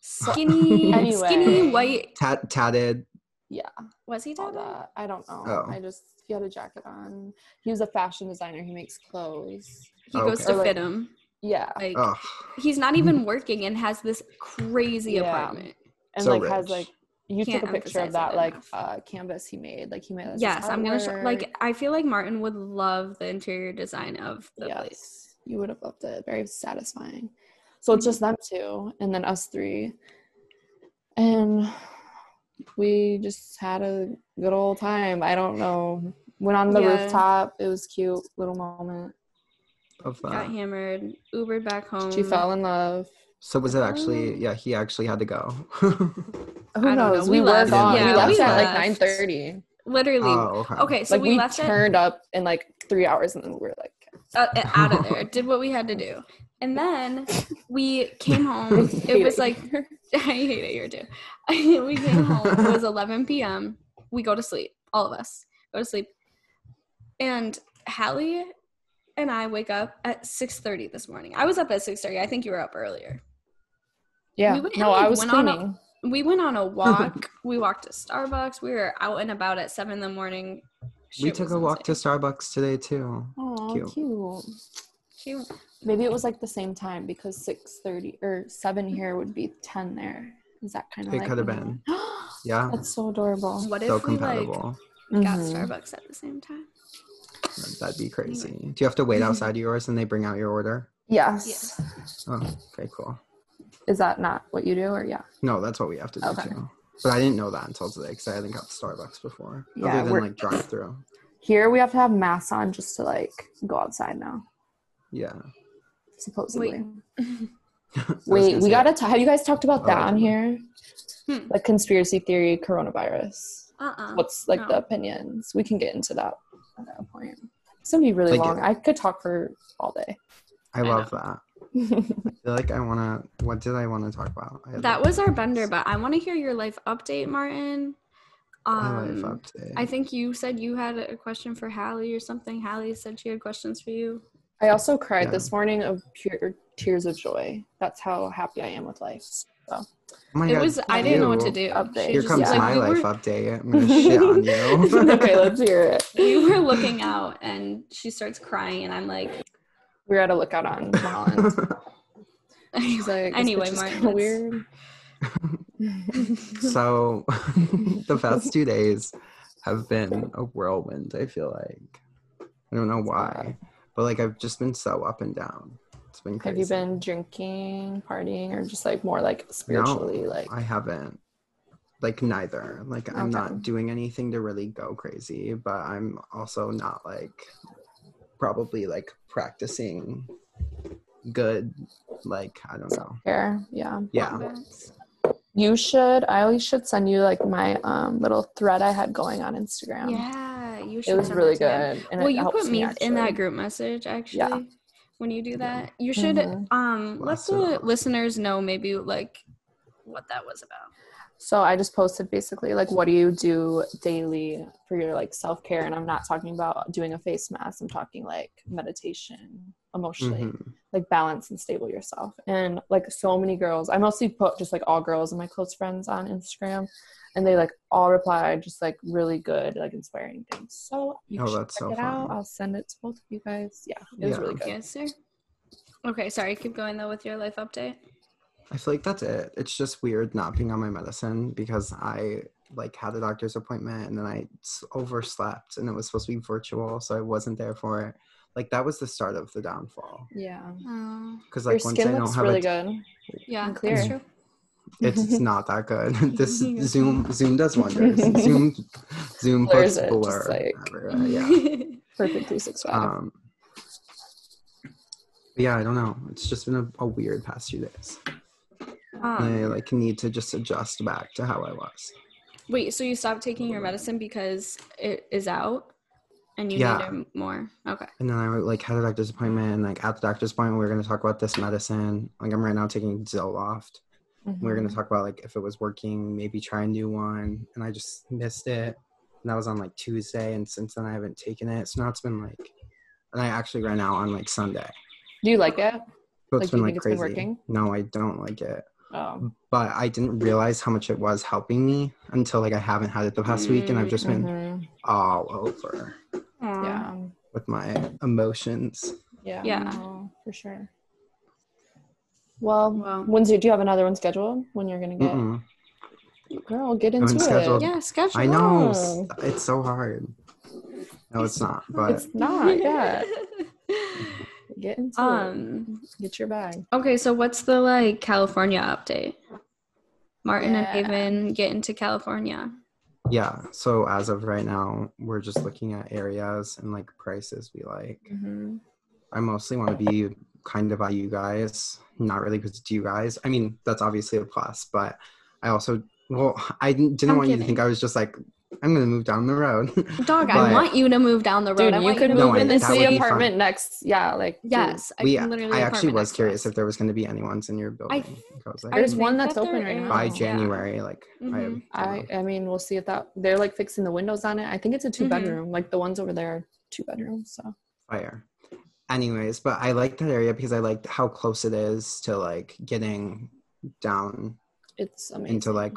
skinny,
Anyway.
skinny white.
tat- tatted?
yeah,
Was he
all
tatted?
that. I don't know.
Oh.
I just he had a jacket on. He was a fashion designer. He makes clothes.
He
Oh, Okay.
goes
Or,
to
like-
fit him.
Yeah,
Like
Oh,
he's not even working and has this crazy
Yeah.
apartment.
and
So
like has
rich.
like you
Can't
took a picture
emphasize
of that
it
like
enough.
uh canvas he made. Like he made. this
Yes, I'm gonna show.
artwork.
Like I feel like Martin would love the interior design of the
yes,
place.
you would have loved it. Very satisfying. So it's just them two, and then us three, and we just had a good old time. I don't know. Went on the
Yeah.
rooftop. It was cute little moment.
of
Got
that.
hammered, Ubered back home.
She fell in love.
So was it actually?
Um,
Yeah, he actually had to go.
Who
I don't
knows?
know.
We,
We
were
left.
gone.
Yeah,
we left
we
at like
left.
nine thirty.
Literally.
oh, okay.
Okay, so
like
we,
we,
left it
turned up in like three hours, and then we were like,
uh, uh, out of there. Did what we had to do, and then we came home. It
hate
was like
here.
I hate it here too. we came home. It was 11 p.m. We go to sleep. All of us go to sleep. And Hallie and I wake up at 6:30 this morning. I was up at 6:30. I think you were up earlier.
yeah.
we went and,
no,
like,
I was
went on a-
cleaning.
We went on a walk. we walked to Starbucks. We were out and about at seven in the morning.
we took a walk to Starbucks today too.
Oh,
Cute.
cute. Maybe it was like the same time because six thirty or seven here would be ten there. Is that kind of?
It
like
could have
when you-
been. Yeah,
That's so adorable.
What
so
if we like got
compatible.
Mhm.
Starbucks at the same time?
That'd be crazy. Do you have to wait outside yours and they bring out your order?
Yes.
Yes.
Oh, okay, cool.
Is that not what you do, or yeah?
No, that's what we have to do
Okay.
too. But I didn't know that until today because I hadn't got to Starbucks before,
Yeah,
other than
we're-
like drive through.
Here we have to have masks on just to like go outside now.
Yeah.
Supposedly.
I was
Wait,
gonna
we
say,
gotta. T- have you guys talked about
Oh,
that
I
on
don't
here?
Hmm.
The conspiracy theory coronavirus.
Uh-uh.
What's like the
no.
opinions? We can get into that at that point. It's gonna be really
I get
long.
it.
I could talk for all day.
I love that. I feel like I wanna. What did I want to talk about? I had,
That
like,
was our bender, but I want to hear your life update, Martin.
Oh, my life
Um,
update.
I think you said you had a question for Hallie or something. Hallie said she had questions for you.
I also cried
Yeah.
this morning of pure tears of joy. That's how happy I am with life. So
oh my
it
God,
was I didn't know what to
you.
do.
Update.
She
Here
just-
comes
like,
my
we
life
were,
update. I'm gonna shit on you.
okay, let's hear it.
We were looking out, and she starts crying, and I'm like,
We were at a lookout on Holland. She's like, this
Anyway,
bitch is
Martin,
kinda
let's-
weird.
so the past two days have been a whirlwind i feel like i don't know why but like i've just been so up and down it's been crazy
Have you been drinking, partying, or just like more like spiritually? Like,
i haven't like neither like i'm
Okay.
not doing anything to really go crazy but i'm also not like probably like practicing good like i don't know
care. Yeah.
yeah
You should. I always should send you like my um, little thread I had going on Instagram.
yeah, you should.
It was
send that
really
to him.
good. And
Well,
it
you
helps
put me in
actually.
that group message actually.
Yeah.
When you do that, you should
Mhm.
um let
Blast it
the
off.
listeners know maybe like what that was about.
So I just posted basically like what do you do daily for your like self care and I'm not talking about doing a face mask. I'm talking like meditation, emotionally,
Mhm.
like balance and stable yourself. And like so many girls, I mostly put just like all girls and my close friends on Instagram and they like all replied just like really good, like inspiring things. So you
Oh,
should
that's
check
so
it out.
fun.
I'll send it to both of you guys. Yeah. It was
Yeah.
really good.
Yes, sir. Okay, sorry. Keep going though with your life update.
I feel like that's it. It's just weird not being on my medicine because I like had a doctor's appointment and then I s- overslept and it was supposed to be virtual, so I wasn't there for it. Like that was the start of the downfall
Yeah.
Oh,
because
Your
like once I
skin
don't
looks
have
really
it,
good.
yeah,
And clear.
that's true.
it's, it's not that good. this
Yeah.
Zoom Zoom does wonders. Zoom Zoom
Blurs
puts
it, just
blur.
like-
everywhere, Uh, yeah.
Perfect 365.
Um, but yeah, I don't know. It's just been a, a weird past few days. And I
um,
like need to just adjust back to how I was.
wait, so you stopped taking your medicine because it is out, and you
Yeah.
need it more? Okay.
And then I like had a doctor's appointment, and like at the doctor's appointment, we were gonna talk about this medicine. Like I'm right now taking Zoloft. We were gonna
Mm-hmm.
talk about like if it was working, maybe try a new one, and I just missed it. And that was on like Tuesday, and since then I haven't taken it. So now it's been like, and I actually ran out on like Sunday.
Mm-hmm. Do you like it?
So
Like,
it's
do you
been
think
like
it's been
crazy.
working?
No, I don't like it.
Oh.
But I didn't realize how much it was helping me until like I haven't had it the past week, and I've just been
Mhm.
all over
Aw.
Yeah.
with my emotions.
Yeah.
Um, Yeah.
no, for sure. Well,
Well.
when's your, do you have another one scheduled when you're going to get?
Mm-mm.
Girl, get
haven't
into it.
scheduled.
Yeah, schedule.
I know s-
Oh.
it's so hard. No, it's not. But
It's not yet. Get into it.
um.
Get your bag.
Okay, so what's the like California update? Martin and
Yeah.
Haven get into California.
yeah, so as of right now, we're just looking at areas and like prices we like.
mm-hmm.
Mhm.
I mostly want to be kind of by you guys, not really because it's you guys. I mean, that's obviously a plus, but I also well, I didn't didn't
I'm
want you to
kidding.
think I was just like I'm gonna move down the road.
Dog, I
But-
want you to move down the road.
Dude,
I
you
want
could
to
No,
move
I-
in
that
the
would
city
be fun.
apartment next. Yeah, like dude,
Yes, I
we,
can literally.
I
apartment
actually was
next to
curious
us.
if there was gonna be anyone's in your building. I was like,
There's
think
one that's
that there
open right now.
by
yeah.
is,
January, like I,
Mhm.
I,
I I mean, we'll see if that they're like fixing the windows on it. I think it's a 2
Mm-hmm.
bedroom. Like the ones over there are two bedrooms. So
fire. Anyways, but I like that area because I liked how close it is to like getting down
it's amazing.
into like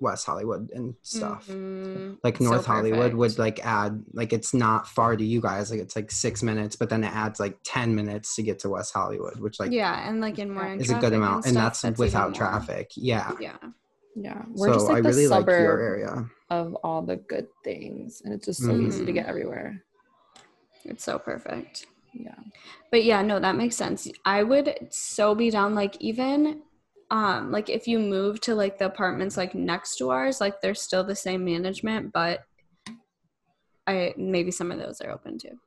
West Hollywood and stuff.
Mhm.
Like
So
North Hollywood would
perfect.
like add like it's not far to you guys, like it's like six minutes, but then it adds like ten minutes to get to West Hollywood, which like
yeah, and like in morning
is a
traffic
good amount. And
stuff,
that's,
even
without
more.
traffic. Yeah.
Yeah,
yeah, we're
so
just like
I
the
really like
suburb
your area.
of all the good things, and it's just so easy to
Mm-hmm.
Mhm.
get everywhere.
it's so perfect.
Yeah,
But yeah, no, that makes sense. I would so be down like even um like if you move to like the apartments like next to ours, like they're still the same management, but I maybe some of those are open too.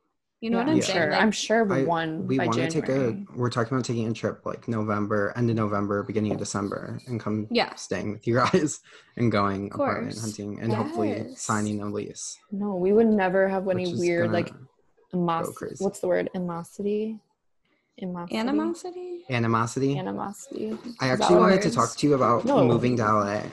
You know
Yeah,
what I'm
I'm
saying?
sure.
Like,
I'm sure of
I-
one
We
by
want to
January.
take a we're talking about taking a trip like November, end of November, beginning of December, and come
yeah.
staying with you guys and going
Of
apartment
course.
hunting and hopefully
Yes.
signing a lease.
no, we would never have any
which is
weird
gonna-
like animosity.
crazy.
What's the word? Animosity. Animosity.
Animosity?
animosity.
Animosity.
I
Is that
actually
what-
wanted to
words?
talk to you about
No.
moving to LA.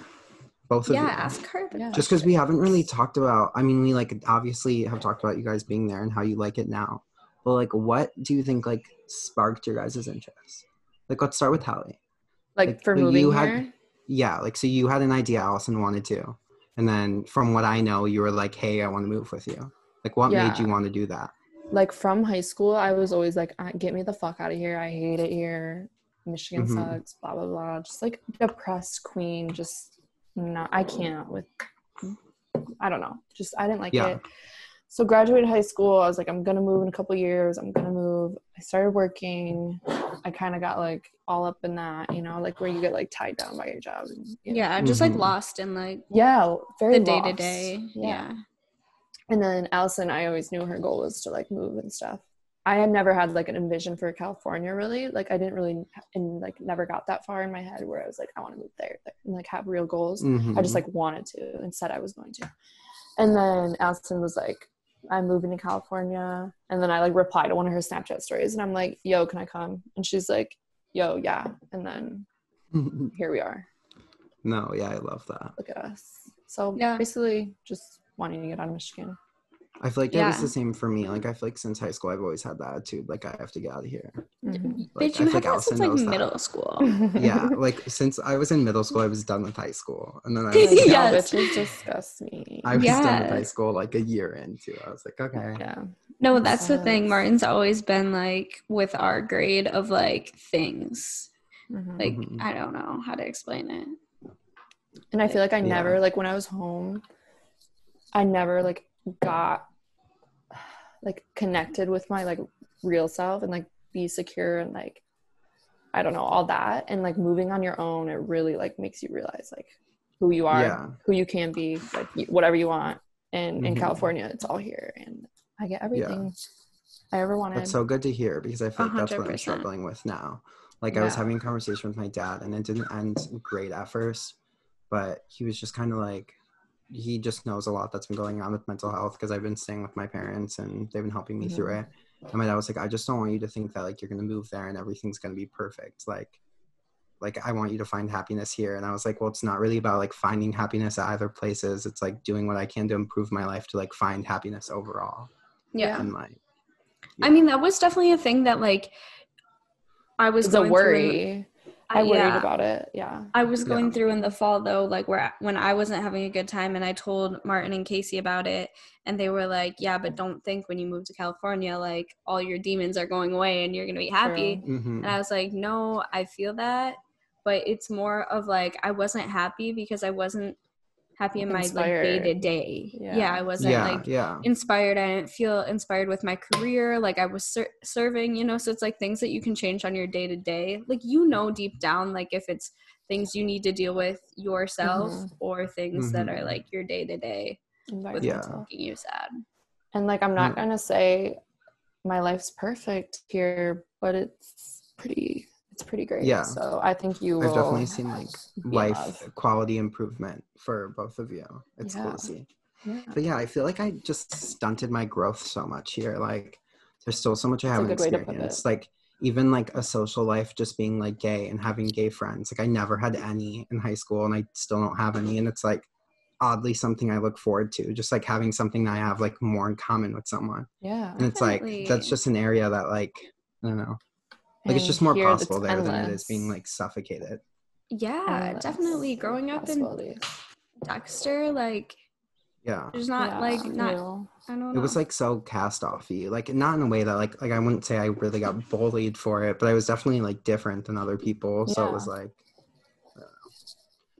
Both of
Yeah,
you.
ask her. the
Yeah.
Just because we haven't really talked about I mean we like obviously have talked about you guys being there and how you like it now. But like what do you think like sparked your guys' interest? Like let's start with Hallie.
like,
like,
for
when
moving
you
here.
had- Yeah, like so you had an idea Allison wanted to. And then from what I know, you were like, Hey, I want to move with you. Like what made
Yeah.
you want to do that?
like from high school, I was always like, "Uh, "Get me the fuck out of here! I hate it here. Michigan
Mhm.
sucks." Blah blah blah. Just like depressed queen. Just not. I can't with. I don't know. Just I didn't like
Yeah.
it. So graduated high school. I was like, I'm gonna move in a couple years. I'm gonna move. I started working. I kind of got like all up in that, you know, like where you get like tied down by your job. And, you know.
Yeah, I'm just like
Mhm.
lost in like
Yeah. Very
the day to
lost.
day. Yeah.
And then Allison, I always knew her goal was to like move and stuff. I had never had like an envision for California really. Like I didn't really and like never got that far in my head where I was like, I want to move there, there and like have real goals. I just
Mhm.
like wanted to and said I was going to. And then Allison was like, I'm moving to California. And then I like replied to one of her Snapchat stories and I'm like, yo, can I come? And she's like, yo, yeah. And then here we are.
No, yeah, I love that.
Look at us. So
Yeah.
basically, just wanting to get out of Michigan.
I feel like that was
Yeah.
the same for me. Like I feel like since high school, I've always had that attitude. Like I have to get out of here. Like,
Bitch,
I
you
think
had that
Allison
since like
knows that.
middle school.
Mhm.
yeah, like since I was in middle school, I was done with high school, and then I
Like,
was,
y'all
Yes.
bitches disgust me.
I was done with high
Yes.
school like a year into. it. I was like, okay,
yeah.
No, that's the thing.
Yes.
Martin's always been like with our grade of like things.
Mhm.
Like
Mhm.
I don't know how to explain it.
and I feel like I
Yeah.
never like when I was home, I never like got like connected with my like real self and like be secure and like I don't know all that and like moving on your own it really like makes you realize like who you are,
yeah,
who you can be, like y- whatever you want. And in
Mhm.
California, it's all here, and I get everything I ever wanted.
that's so good to hear because I feel like that's what I'm
100%.
struggling with now. Like I was
Yeah.
having a conversation with my dad, and it didn't end great at first, but he was just kind of like, he just knows a lot that's been going on with mental health because I've been staying with my parents and they've been helping me through it. And my dad was like, I just don't want you to think that like you're gonna move there and everything's gonna be perfect. Like, like I want you to find happiness here. And I was like, well, it's not really about like finding happiness at other places. It's like doing what I can to improve my life to like find happiness overall.
Yeah.
And like,
I mean, that was definitely a thing that like I was
it's a
going through in-
worry. I worried
yeah.
about it. Yeah.
I was
Yeah.
going through in the fall though, like where when I wasn't having a good time, and I told Martin and Casey about it, and they were like, "Yeah, but don't think when you move to California, like all your demons are going away and you're gonna be happy."
True.
mhm.
And I was like, "No, I feel that, but it's more of like I wasn't happy because I wasn't happy in my
Inspired.
like day to day.
Yeah.
Yeah, I wasn't
yeah,
like
yeah,
inspired. I didn't feel inspired with my career. Like I was ser- serving, you know. So it's like things that you can change on your day to day. Like you know deep down, like if it's things you need to deal with yourself
Mhm.
or things that
Mhm.
are like your day to day with
Yeah.
what's making you sad.
Oh, And like, I'm not
Mm.
gonna say my life's perfect here, but it's pretty. It's pretty great.
Yeah.
So I think you will.
I've definitely seen like
be in
life
love.
quality improvement for both of you. It's cool
Yeah.
to see.
Yeah.
But yeah, I feel like I just stunted my growth so much here. Like, there's still so much I
That's a
haven't
good way to put
experienced. Like, even like a social life, just being like gay and having gay friends. Like, I never had any in high school, and I still don't have any. And it's like oddly something I look forward to, just like having something that I have like more in common with someone.
Yeah.
And it's like that's
Definitely.
just an area that like I don't know. Like it's
And
just more
here, it's
possible there than it is
endless.
being like suffocated.
Yeah,
Endless
definitely. Growing up in
possibilities.
Dexter, like
Yeah.
there's not
Yeah,
like not
real.
I don't know.
It was like so cast offy. Like not in a way that like like I wouldn't say I really got bullied for it, but I was definitely like different than other people. So it
Yeah.
was like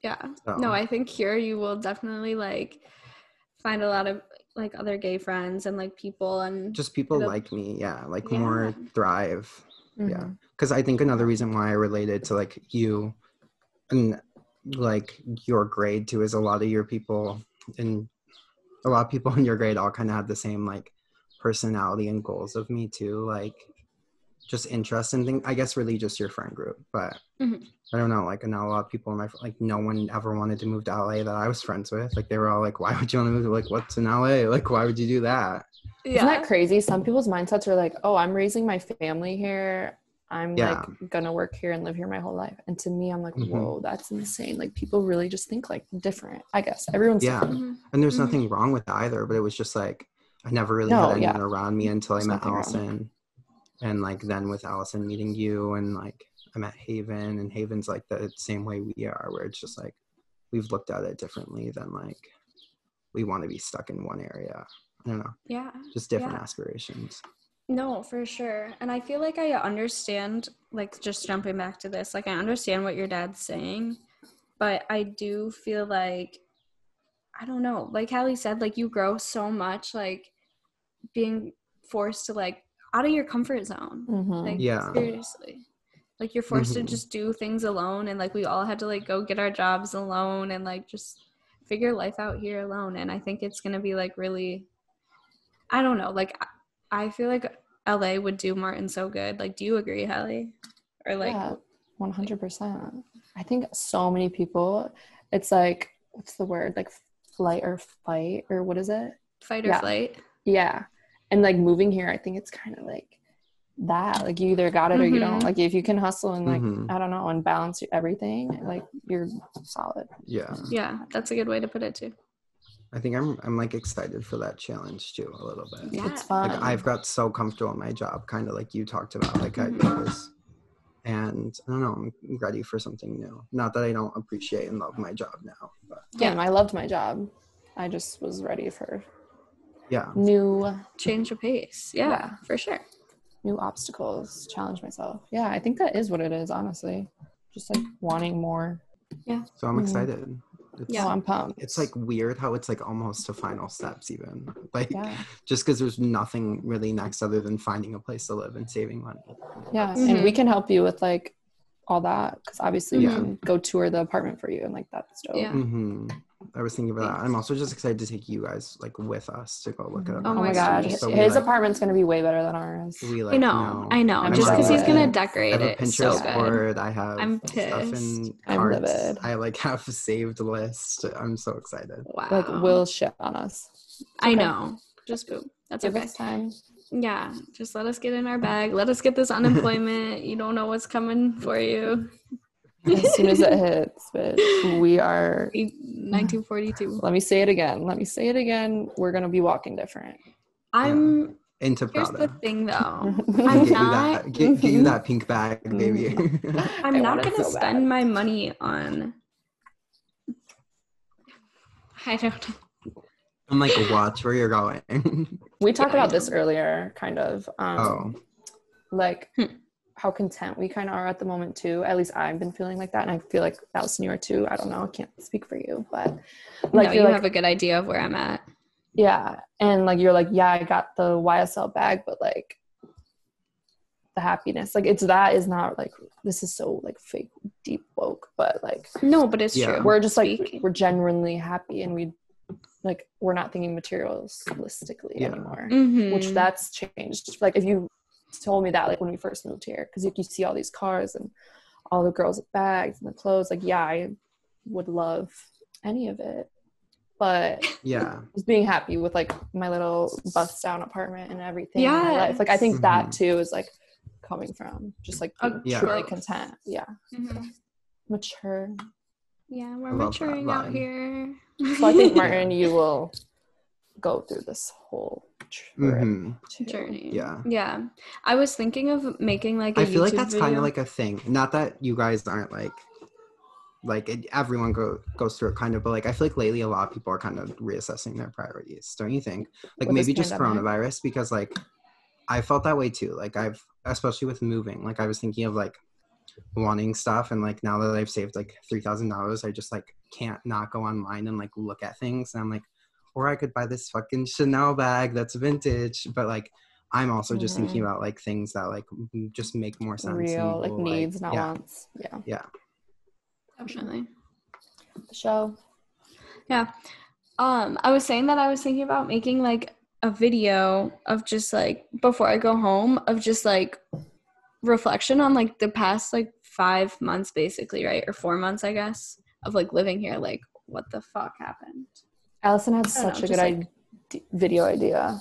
yeah.
so.
No, I think here you will definitely like find a lot of like other gay friends and like people and
just people
It'll-
like me, yeah, like
Yeah.
more thrive. Yeah.
Mhm.
Mm-hmm. Cause I think another reason why I related to like you and like your grade too is a lot of your people and a lot of people in your grade all kind of had the same like personality and goals of me too. Like just interest and things. I guess really just your friend group, but
Mhm.
I don't know. Like not a lot of people in my fr- like no one ever wanted to move to LA that I was friends with. Like they were all like, "Why would you want to move? Like what's in LA? Like why would you do that?"
yeah.
Isn't that crazy? Some people's mindsets are like, oh, I'm raising my family here. I'm
Yeah.
like gonna work here and live here my whole life. And to me, I'm like,
Mhm.
whoa, that's insane. Like people really just think like different. I guess everyone's
Yeah.
different.
Mhm.
And there's
Mhm.
nothing wrong with either, but it was just like I never really
Mm-hmm. No,
had
yeah.
anyone around me until I
There's
met
nothing wrong.
Allison. And like then with Allison meeting you and like I met Haven and Haven's like the same way we are, where it's just like we've looked at it differently than like we want to be stuck in one area. I don't know.
Yeah.
Just different
Yeah.
aspirations.
No, for sure. And I feel like I understand, like, just jumping back to this, like, I understand what your dad's saying, but I do feel like, I don't know, like Hallie said, like, you grow so much, like, being forced to, like, out of your comfort zone.
Mhm.
Like,
Yeah.
seriously. Like, you're forced
Mhm.
to just do things alone, and, like, we all had to, like, go get our jobs alone and, like, just figure life out here alone. And I think it's going to be, like, really, I don't know, like, I- I feel like LA would do Martin so good. Like, do you agree, Hallie? Or, like,
yeah, 100%. I think so many people, it's like, what's the word? Like flight or fight, or what is it?
fight or
Yeah.
flight?
Yeah. And like moving here, I think it's kind of like that like you either got it or you don't
Mhm.
like if you can hustle and like
Mhm.
i don't know and balance everything like you're solid
Yeah.
Yeah, that's a good way to put it too.
I think I'm I'm like excited for that challenge too a little bit.
Yeah.
it's fun
Like I've got so comfortable in my job, kind of like you talked about, like I
Mhm.
was. And I don't know, I'm ready for something new. Not that I don't appreciate and love my job now, but
yeah i loved my job i just was ready for
yeah,
new
Change of pace. Yeah,
Yeah.
for sure.
new obstacles challenge myself yeah i think that is what it is honestly just like wanting more
so I'm
Mhm.
excited. It's,
Mm-hmm. Yeah.
so i'm pumped
It's like weird how it's like almost to final steps, even like
yeah
just because there's nothing really next other than finding a place to live and saving money.
yeah and
Mm-hmm.
we can help you with like all that because obviously
Yeah.
we can go tour the apartment for you and like that's dope
Yeah.
hmm I was thinking about that. I'm also just excited to take you guys like with us to go look at.
oh,
Oh
my
my
god
gosh,
his,
so
we,
his
like-
apartment's gonna be way better than ours
We like
I know, I know.
I'm
just because he's
excited.
gonna
I
decorate
have a
it so
Pinterest
good.
board. I have
I'm
stuff
pissed.
in
I'm
cards.
livid.
I like have a saved list. I'm so excited.
Wow.
like will shit on us
I
okay.
know. Just boom. That's
give
okay.
us time
Yeah. Just let us get in our bag. Let us get this unemployment. you don't know what's coming for you.
as soon as it hits bitch we are
1942.
let me say it again let me say it again we're gonna be walking different
I'm.
Into
Here's the
Prada.
thing, though.
Get
I'm
you
not.
that. Get, get you that pink bag, baby.
I'm
I
not
want it
gonna
so bad.
spend my money on. I don't. know.
I'm like, watch where you're going.
we talked
Yeah, I
about this earlier kind of um
oh,
like
Hmm.
how content we kind of are at the moment too at least i've been feeling like that and i feel like that was newer too i don't know i can't speak for you but like
no,
you're
you
like
have a good idea of where I'm at.
yeah and like you're like yeah i got the ysl bag but like the happiness like it's that is not like this is so like fake deep woke but like
No, but it's
Yeah.
true.
we're just like
Speak.
we're genuinely happy and we like we're not thinking materialistically
Yeah.
anymore
Mhm.
which that's changed. Like if you told me that like when we first moved here, because like you see all these cars and all the girls with bags and the clothes, like yeah, I would love any of it, but
yeah.
just being happy with like my little bust down apartment and everything. Yeah, life. like I think
Yes.
that
Mhm.
too is like coming from just like
A
being
Yeah.
truly
growth.
content. Yeah,
Mhm.
mature.
Yeah, we're
I love that
maturing out
line.
here.
So I think Martin, you will go through this whole trip
hmm
too.
journey.
Yeah.
Yeah. I was thinking of making like a
I feel like
YouTube
that's kind
video.
of like a thing. Not that you guys aren't like, like it, everyone go, goes through it kind of, but like I feel like lately a lot of people are kind of reassessing their priorities, don't you think? Like
With this
maybe just
pandemic.
coronavirus because like I felt that way too. Like I've especially with moving, like I was thinking of like wanting stuff and like now that I've saved like three thousand dollars, I just like can't not go online and like look at things and I'm like, or I could buy this fucking Chanel bag that's vintage, but like. I'm also just thinking about like things that like m- just make more sense. and
Real like
will,
needs, not
yeah.
wants. Yeah.
Definitely.
the show.
Um, I was saying that I was thinking about making like a video of just like before I go home of just like reflection on like the past like five months basically, right? Or four months I guess, of like living here. Like what the fuck happened?
Allison had
I don't
such
know,
a good
just,
ide- video idea.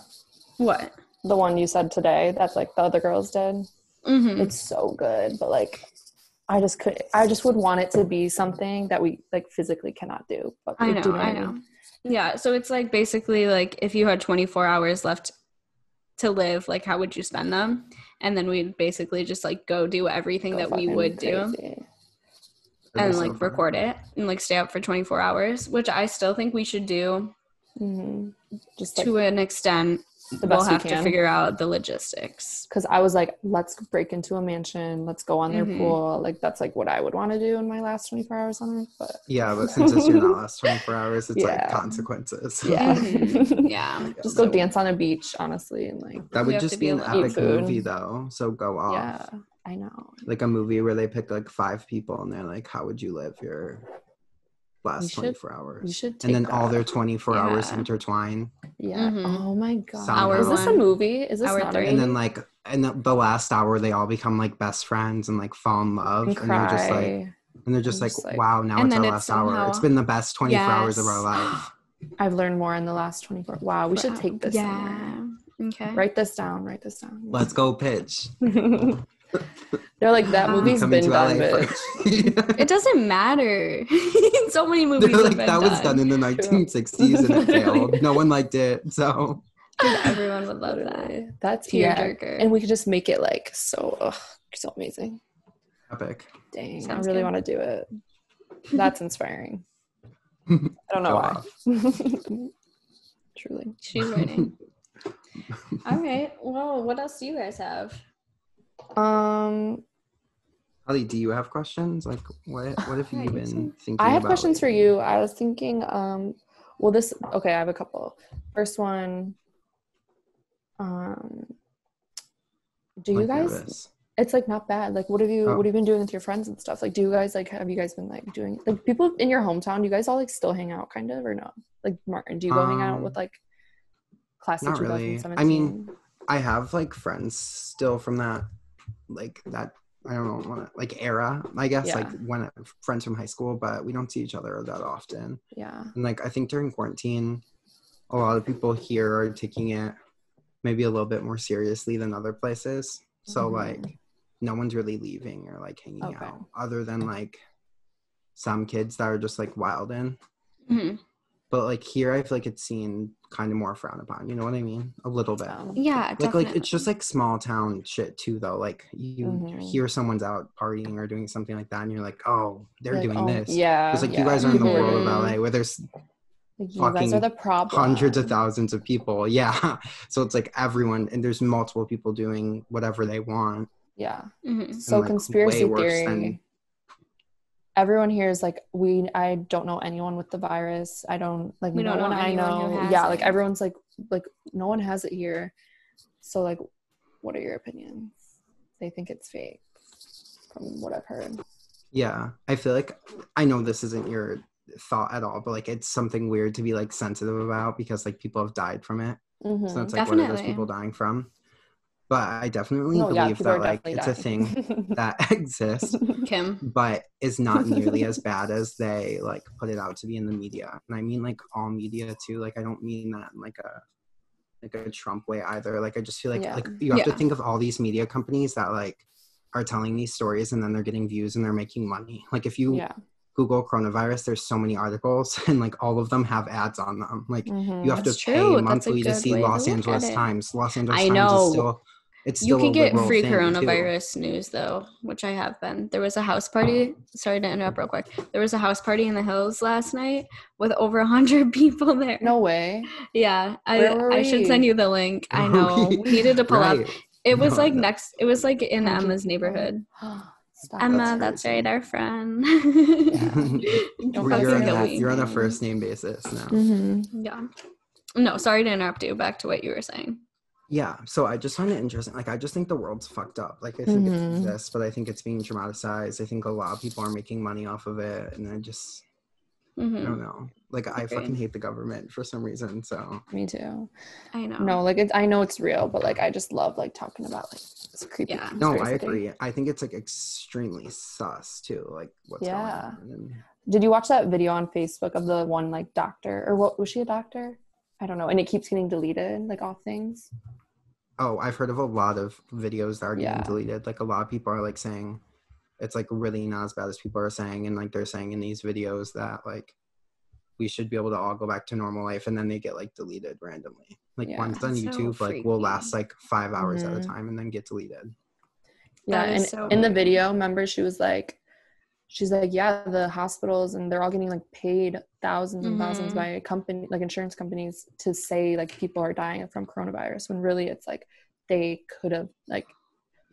What?
The one you said today that like the other girls did.
Mm-hmm.
It's so good, but like I just could I just would want it to be something that we like physically cannot do. But
I
we
know,
do what
I
mean.
know. Yeah, so it's like basically like if you had 24 hours left to live, like how would you spend them? And then we'd basically just like go do everything
Go
that we
fucking
would do
crazy.
That'd
and
be so
like
fun.
record it and like stay up for 24 hours, which I still think we should do
Mhm. Just like
to an extent.
the
We'll
best
have
we
to
can.
figure out the logistics.
because I was like, let's break into a mansion, let's go on their
Mhm.
pool. Like that's like what I would want to do in my last 24 hours on earth. But
Yeah, but since it's your not last 24 hours, it's like
Yeah.
consequences.
Yeah.
Mhm. yeah.
just go
So
dance on a beach, honestly, and like
That
You
would
have
just
to
be
be
an
able to
eat
epic
food.
movie, though. So go off.
yeah, I know.
Like a movie where they pick like five people and they're like, "How would you live your last
should-
24
You
hours?"
should
And then
take
all
that.
their 24 hours
Yeah.
intertwine,
Yeah.
Mhm.
Oh my god.
Somehow.
Is this a
Hour one.
movie? Is this
Hour
not
three.
and
A
then like, and the, the last hour they all become like best friends and like fall in love,
movie?
and, they're just like, and they're just,
I'm
like,
just like-
"Wow, now
And
it's our
then
last
it's
hour. It's
somehow-
been the best 24 hours of our
Yes.
life."
I've learned more in the last 24. Wow, we should take this.
Yeah.
somewhere.
Okay.
Write this down. Write this down.
Let's go pitch.
They're like that
Wow.
movie's
Ah. Coming
been
to
done,
LA
bitch.
first. Yeah.
It doesn't matter. so many movies
They're
have
like
been
that was done in the 1960s and it failed. No one liked it. So
Dude, everyone would love that.
Literally. That's yeah.
Tearjerker.
And we could just make it like so, ugh, so amazing.
epic.
Dang,
Sounds
I really
good.
want to do it. That's inspiring. I don't
Go
know why. Truly.
She's winning. All right. Well, what else do you guys have?
Um,
Holly, do you have questions? Like, what what have you
Alright,
been
so-
thinking?
I have
about
questions for
lately?
you. I was thinking, um, well, this okay. I have a couple. First one. Um, do
I'm
you guys?
nervous.
It's like not bad. Like, what have you?
Oh.
What have you been doing with your friends and stuff? Like, do you guys like? Have you guys been like doing like people in your hometown? Do you guys all like still hang out, kind of, or no? Like Martin, do you go hang out
Um,
with like class of
not really.
2017?
I mean, I have like friends still from that, like that. I don't know, wanna- like era, I guess,
Yeah.
like when friends from high school, but we don't see each other that often.
yeah,
And like, I think during quarantine, a lot of people here are taking it maybe a little bit more seriously than other places. So
Mhm.
like, no one's really leaving or like hanging
Okay.
out, other than like some kids that are just like wild in.
Mm-hmm.
Mhm.
But like here, I feel like it's seen kind of more frowned upon. You know what I mean? A little bit
um,
Yeah,
like
definitely.
like it's just like small town shit too though like you
Mhm.
hear someone's out partying or doing something like that and you're like oh they're
like,
doing
oh,
this
Yeah,
it's like
yeah. Mm-hmm.
you guys are in the world of
Mhm.
la where there's
Like, you guys are
fucking
the problem.
hundreds of thousands of people yeah so it's like everyone and there's multiple people doing whatever they want
Yeah.
Mhm.
So
like, way
conspiracy
worse
theory.
than-
Everyone here is like, we. I don't know anyone with the virus. I don't like.
We
no
don't know
one I
anyone who
know.
has
Yeah, like
it.
everyone's like, like no one has it here. So like, what are your opinions? They think it's fake, from what I've heard.
yeah i feel like i know this isn't your thought at all but like it's something weird to be like sensitive about because like people have died from it
Mm-hmm.
Mhm.
so it's like what are those
Definitely.
people dying from but i definitely
No, yeah,
believe
people
that
are
like
definitely
it's a
dying.
thing that exists
Mm-hmm. Kim.
but is not nearly as bad as they like put it out to be in the media and i mean like all media too like i don't mean that in like a like a trump way either like i just feel like
Yeah.
like you have to
Yeah.
think of all these media companies that like are telling these stories and then they're getting views and they're making money like if you
yeah.
google coronavirus there's so many articles and like all of them have ads on them like
Mm-hmm.
you have to
Mm, That's
pay
true. That's a
monthly to
good
see
way to
los
look at
angeles
it.
times los angeles
I
times
know.
is still it's
You
still
can
a
get
liberal
free
thing, too.
coronavirus news though, which I have been. There was a house party.
Oh.
Sorry to interrupt real quick. There was a house party in the hills last night with over hundred people there.
No way.
Yeah, I,
Where were
I should send
we?
you the link. I
Where
know.
were we?
We needed to pull up.
right.
It was
No,
like
no.
next. It was like in
100
Emma's
people.
neighborhood.
Stop.
Emma,
Oh,
that's
That's crazy.
right, our friend.
Don't
Well,
fucking
you're, on
kill
a,
me.
you're on a first name basis now.
Mhm.
Yeah. No, sorry to interrupt you. Back to what you were saying.
Yeah. So I just find it interesting. Like, I just think the world's fucked up. Like, I think
Mhm.
it exists, but I think it's being dramatized. I think a lot of people are making money off of it. And I just, I
hmm
don't know. Like, I
Mm. Okay.
fucking hate the government for some reason. So,
Me too.
I know.
No, like it's, I know it's real, but like I just love like talking about like it's creepy.
Yeah.
no, I
conspiracy thing.
agree. I think it's like extremely sus, too. Like, what's
Yeah.
going on. And-
Did you watch that video on Facebook of the one like doctor or what was she a doctor? I don't know. And it keeps getting deleted like off things.
oh, I've heard of a lot of videos that are getting
Yeah.
deleted. Like, a lot of people are like saying it's like really not as bad as people are saying. And like, they're saying in these videos that like we should be able to all go back to normal life. And then they get like deleted randomly. Like,
Yeah.
ones on
So
YouTube, like, will
freaky.
last like five hours at
Mhm.
a time and then get deleted.
Yeah.
That is
And
so
in the
weird.
video, remember she was like, she's like, yeah, the hospitals and they're all getting like paid thousands and thousands
Mhm.
by company like insurance companies to say like people are dying from coronavirus when really it's like they could have like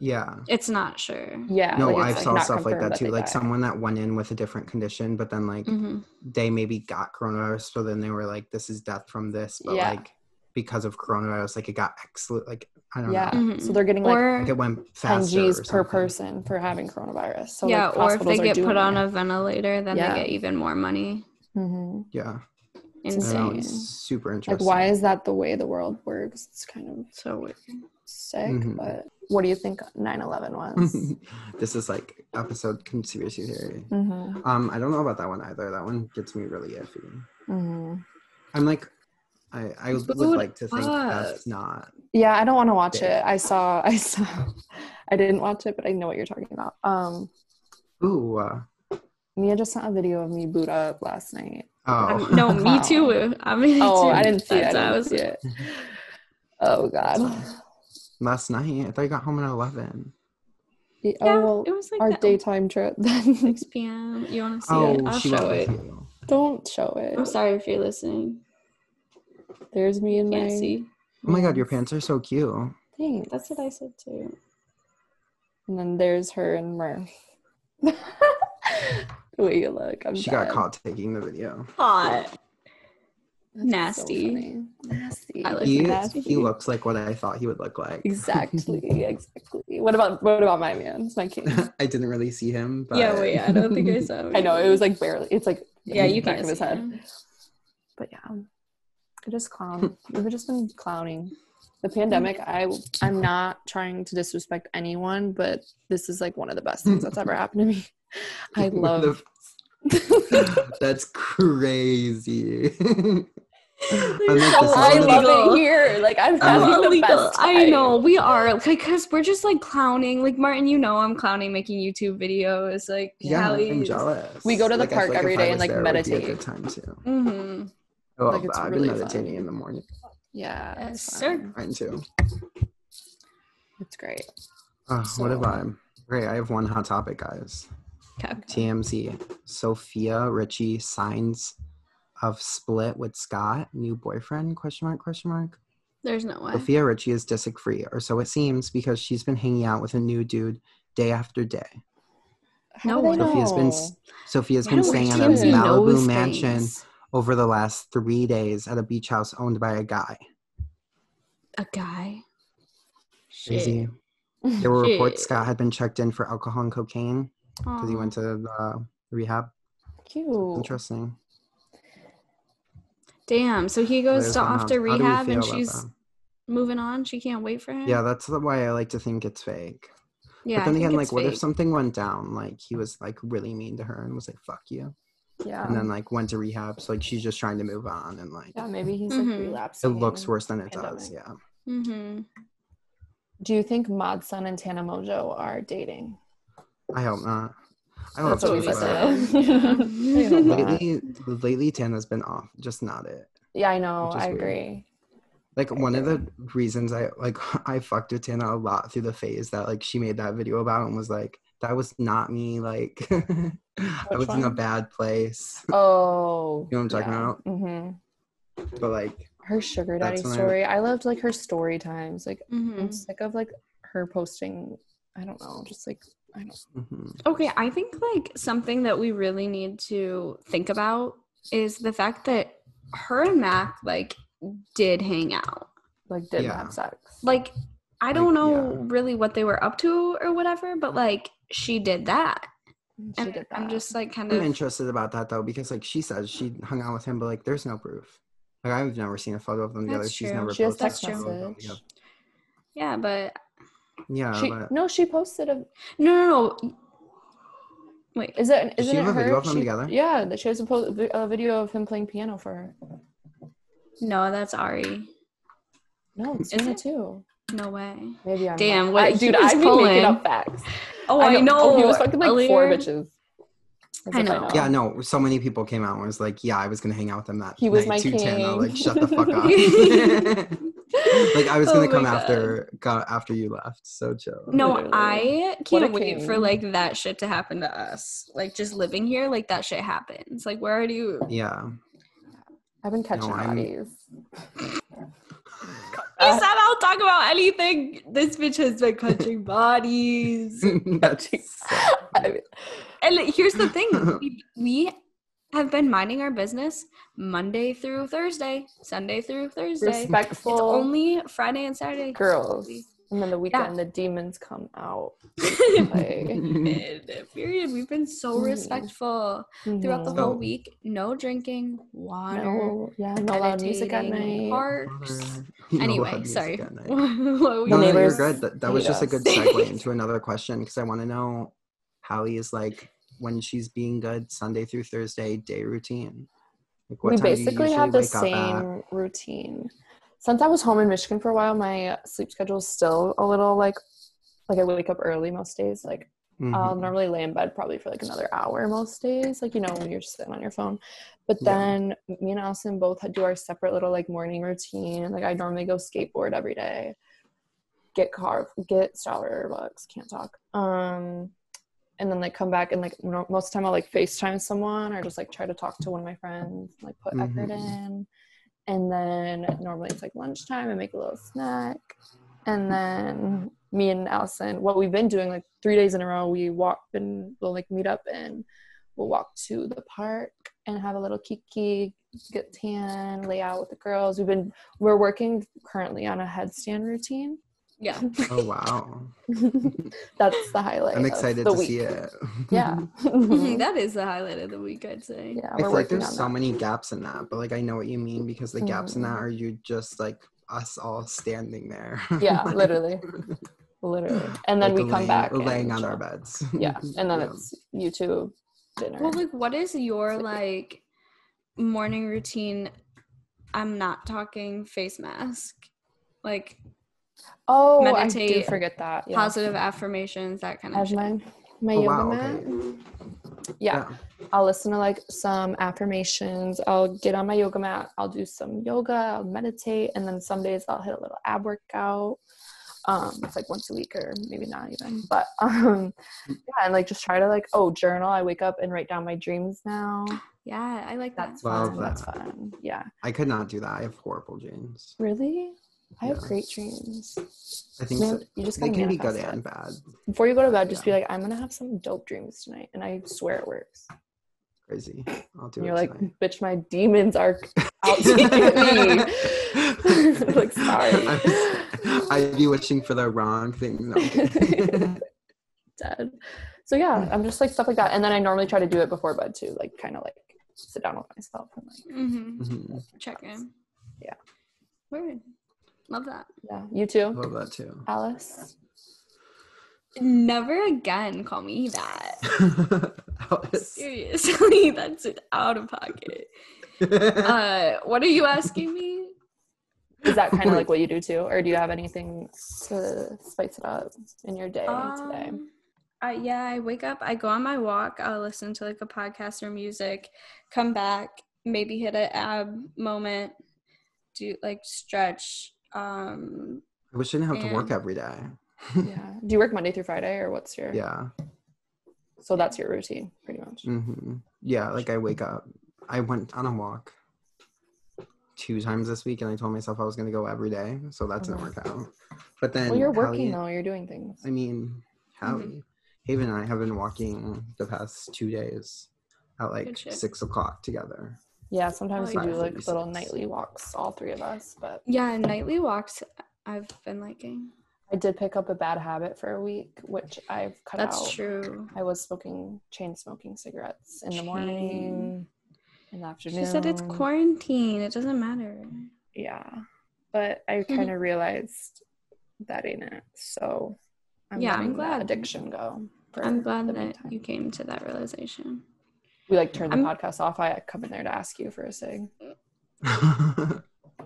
Yeah.
It's not sure.
yeah.
no,
like,
I
it's,
saw
not
stuff like
confirmed
that too.
they Mm-hmm.
Like
died.
someone that went in with a different condition, but then like
hmm
they maybe got coronavirus, so then they were like, "This is death from this," but
Yeah.
like because of coronavirus, like it got excellent. Like I don't
yeah.
know,
Mhm.
So they're getting like
Or
like it went
10
faster.
G's
or
per
something.
person for having coronavirus. So
yeah,
like,
or if they
hospitals are
get
doing
put on
it.
a ventilator, then
Yeah.
they get even more money.
Mhm.
Yeah, I
Insane.
know,
Insane.
it's super
like,
interesting.
why is that the way the world works? It's kind of
So weird.
sick.
Mhm.
But what do you think 9/11 was?
this is like episode conspiracy theory?
mm-hmm.
Um, I don't know about that one either. That one gets me really iffy.
Mm-hmm.
I'm like, I I would
Dude,
like to think
fuck.
that's not.
Yeah, I don't want to watch
Yeah.
it. I saw, I saw, I didn't watch it, but I know what you're talking about. Um,
Ooh. Uh,
Mia just sent a video of me boot up last night.
oh.
Um, no, me
Wow.
too. I mean,
Oh,
too.
I didn't see it. I
That's-
didn't
was-
see it. Oh God.
Last night, I thought you got home at eleven.
Yeah,
Yeah,
oh well,
it was like
our
that.
daytime trip. Then
6 p.m. You want to see it?
Oh,
I'll
she
show
went
it.
with you.
don't show it.
I'm sorry if you're listening.
There's me and
Can't
my.
see.
Oh my god, your pants are so cute.
Thanks.
That's what I said too.
And then there's her and Murph. the way you look, I'm
She
dead.
got caught taking the video.
Hot.
That's so
Nasty.
funny. nasty.
I like
He,
nasty.
he looks like what I thought he would look like.
Exactly. Exactly. What about what about my man? It's my king.
I didn't really see him, but
yeah, wait. I don't think I saw.
I know it was like barely. It's like
Yeah,
in the
you
back
can't
of his
see
head.
him.
But yeah, I just clown. We've just been clowning. The pandemic. I I'm not trying to disrespect anyone, but this is like one of the best things that's ever happened to me. I love.
That's crazy.
I
It's
love it here. Like I'm
I'm
having the
illegal.
best.
I
time.
know we are because we're just like clowning. Like Martin, you know I'm clowning making YouTube videos. Like
yeah, I'm
Hallie's-
jealous.
We go to the
I feel
park
if
every
I
day and,
was
like,
there, it would be
meditate.
a good time too.
Mhm.
Oh,
Like, it's
I've
really
been meditating
fun.
in the morning.
Yeah.
Yes,
it's
sir.
fun.
Mine too.
It's great. Ah,
Oh, what a
So-
vibe. Great. I have one hot topic, guys.
Okay.
TMZ. Sophia Richie signs of split with Scott, new boyfriend? Question mark? Question mark.
There's no way.
Sophia Richie is disick free, or so it seems, because she's been hanging out with a new dude day after day.
How
No
do they
one.
Sophia's been
know?
s- Sophia's
I
been
don't
staying at a
think
TMZ
Malibu
knows
mansion
things.
over the last three days at a beach house owned by a guy.
A guy.
Crazy.
Shit.
There were reports
Shit.
Scott had been checked in for alcohol and cocaine because he
Aw.
went to the rehab.
Cute.
Interesting.
Damn. So he goes
Liz,
to
wow.
off to
How do we
rehab
feel
and
about
she's
that?
moving on. She can't wait for him.
Yeah, that's the way I like to think it's fake.
Yeah.
but
I
then
think
again, like,
it's
what if
fake.
something went down? Like, he was like really mean to her and was like, "Fuck you,"
Yeah.
Um,
and then like went to rehab. So like, she's just trying to move on, and like,
yeah. Maybe he's
Mhm.
like
it
relapsing.
looks worse than it does.
pandemic.
Yeah.
Mm-hmm.
Do you think Madsen and Tana Mojo are dating?
I hope not. I
That's
hope
what
so,
we said.
but
Yeah.
Lately, lately, Tana's been off. Just not it.
Yeah, I know.
Which is
I
weird.
agree.
Like one of the reasons I like I fucked with Tana a lot through the phase that like she made that video about and was like, "That was not me." Like, I was
Which
in a
one?
bad place.
Oh,
You know what I'm talking about?
hmm
But like,
Her sugar daddy
That's when I-
story. I, loved like her story times. Like
hmm
I'm sick of like her posting. I don't know. Just like I don't.
mhm.
Okay, I think like something that we really need to think about is the fact that her and Mac like did hang out.
Like did
Yeah.
have sex.
Like I don't
Like,
know
yeah.
really what they were up to or whatever, but like she did that.
she
And
did
I'm
that.
just like kind
I'm
of
interested about that though because like she says she hung out with him, but like, there's no proof. Like I've never seen a photo of them together.
That's
She's
true.
never
She has
posted
text
a photo of them
message.
together.
yeah, but
Yeah,
she,
but
no, she posted a.
no, no, no. Wait,
Is it?
Does
Isn't
she have
it
a
her?
video of them
She-
together?
Yeah, that she has a, po- a video of him playing piano for her.
no, that's Ari.
No, it's
Is
Tana
it?
too.
No way.
Maybe I'm
Damn,
wrong.
what
I-
he
dude,
was
I've been making
pulling.
up facts.
Oh, I, know.
Oh, he was fucking like four
earlier.
bitches. "Oh, That's
I
if
know.
Yeah, no, so many people came out and was like, Yeah, I was gonna hang out with them that
He was
night
my
too, Tana.
king.
Like, shut the fuck up. like I was
Oh
gonna
my
come
God.
after go, after you left. So chill.
No,
Literally.
I can't
a
wait for
king.
like that shit to happen to us. Like just living here, like that shit happens. Like where are you?
Yeah.
I've been catching
No, I'm-
bodies. Ah.
You said I'll talk about anything. This bitch has been catching bodies.
That's so-
I mean,
And like, here's the thing: we, we have been minding our business Monday through Thursday, Sunday through Thursday.
respectful
It's only Friday and Saturday.
girls. And then the
Yeah.
weekend, the demons come out. Like,
That's
Period. We've been so
Mhm.
respectful. throughout the
mhm.
So-
whole week. No drinking, water,
no, yeah, no loud music at
meditating,
night.
parks.
You know,
Anyway,
loud
sorry.
music at night.
What we
No, no, you're
neighbors
good. That, that was
hate
just a
us.
good segue into another question because I want to know how he is like when she's being good Sunday through Thursday day routine. Like,
we
time do you
basically
usually
have the
wake up at?
same routine. Since I was home in Michigan for a while, my sleep schedule is still a little like like I wake up early most days. Like
Mhm.
I'll normally lay in bed probably for like another hour most days, like you know when you're sitting on your phone. But
Yeah.
then me and Allison both do our separate little like morning routine. Like I normally go skateboard every day, get car, get Starbucks, can't talk. Um, and then like come back and like no- most of the time I'll like Facetime someone or just like try to talk to one of my friends, like put effort
Mhm.
in. And then normally it's like lunchtime. I make a little snack, and then me and Allison, what we've been doing like three days in a row, we walk and we'll like meet up and we'll walk to the park and have a little kiki, get tan, lay out with the girls. We've been we're working currently on a headstand routine.
Yeah.
oh wow
That's the highlight.
i'm
of
excited
the
to see
week.
it
Yeah. Mm-hmm.
that is the highlight of the week, I'd say.
yeah,
I
we're
feel like
working
there's
on
so
that.
many gaps in that, but like I know what you mean because the gaps in that
Mhm.
are you just like us all standing there.
Yeah,
Like-
literally. Literally. And then
like
we come
laying-
back
laying on
and
our
chill.
beds.
Yeah. And then
Yeah.
it's YouTube dinner.
Well, like, what is your
Sleep.
like morning routine? I'm not talking face mask, like
oh, I do
meditate,
forget that. Yeah.
positive affirmations, that kind
I
of
have
shit.
my my
Oh,
yoga
wow,
mat.
okay.
yeah. I'll listen to like some affirmations. I'll get on my yoga mat. I'll do some yoga. I'll meditate, and then some days I'll hit a little ab workout. Um, it's like once a week or maybe not even, but um, yeah, and like just try to like oh journal. I wake up and write down my dreams now.
Yeah, I like that.
That's
Love
fun. That's
that.
fun. Yeah,
I could not do that. I have horrible genes.
really. I have
Yeah.
great dreams.
I think
Man-
so.
you just
they
gotta
can be good
manifest it.
and bad.
Before you go to bed, just be like, I'm gonna have some dope dreams tonight, and I swear it works.
Crazy. I'll do it.
And you're like,
tonight.
bitch, my demons are out to get me. like, sorry.
I'm just- I'd be wishing for the wrong thing. No, I'm kidding.
Dead. So yeah, I'm just like stuff like that. And then I normally try to do it before bed too, like kind of like sit down with myself and like
Mm-hmm.
Mhm.
Check in.
Yeah.
Word. Love that.
yeah. You
I
too,
love that too.
Alice.
Never again call me that.
Alice.
Seriously, that's an out of pocket.
um,
Uh, what are you asking me?
Is that kind of like what you do too, or do you have anything to spice it up in your day today?
Um, I, yeah, I wake up, I go on my walk, I'll listen to like a podcast or music, come back, maybe hit an ab moment, do like stretch. Um,
I wish I didn't have to work
And-
every day.
Yeah. Do you work Monday through Friday, or what's your?
Yeah.
So that's your routine, pretty much.
hmm Yeah. Like I wake up. I went on a walk two times this week, and I told myself I was going to go every day, so that didn't work out. But then,
Well, you're working Mm-hmm.
Hallie-
though. You're doing things.
I mean, Hallie, Haven, and I have been walking the past two days at like
Good shit.
six o'clock together.
Yeah, sometimes we
like
do
that.
like little
36.
nightly walks, all three of us. But
yeah, nightly walks I've been liking.
I did pick up a bad habit for a week, which I've cut
That's
out.
true.
I was smoking chain smoking cigarettes in the
Chain.
morning, in the afternoon.
She said it's quarantine, it doesn't matter.
Yeah, but I
Mhm.
kind of realized that ain't it. So I'm
Yeah, I'm
letting that
glad.
addiction go. for
I'm glad
the
that
meantime.
you came to that realization.
we like turned the
I'm-
podcast off. I come in there to ask you for a sig.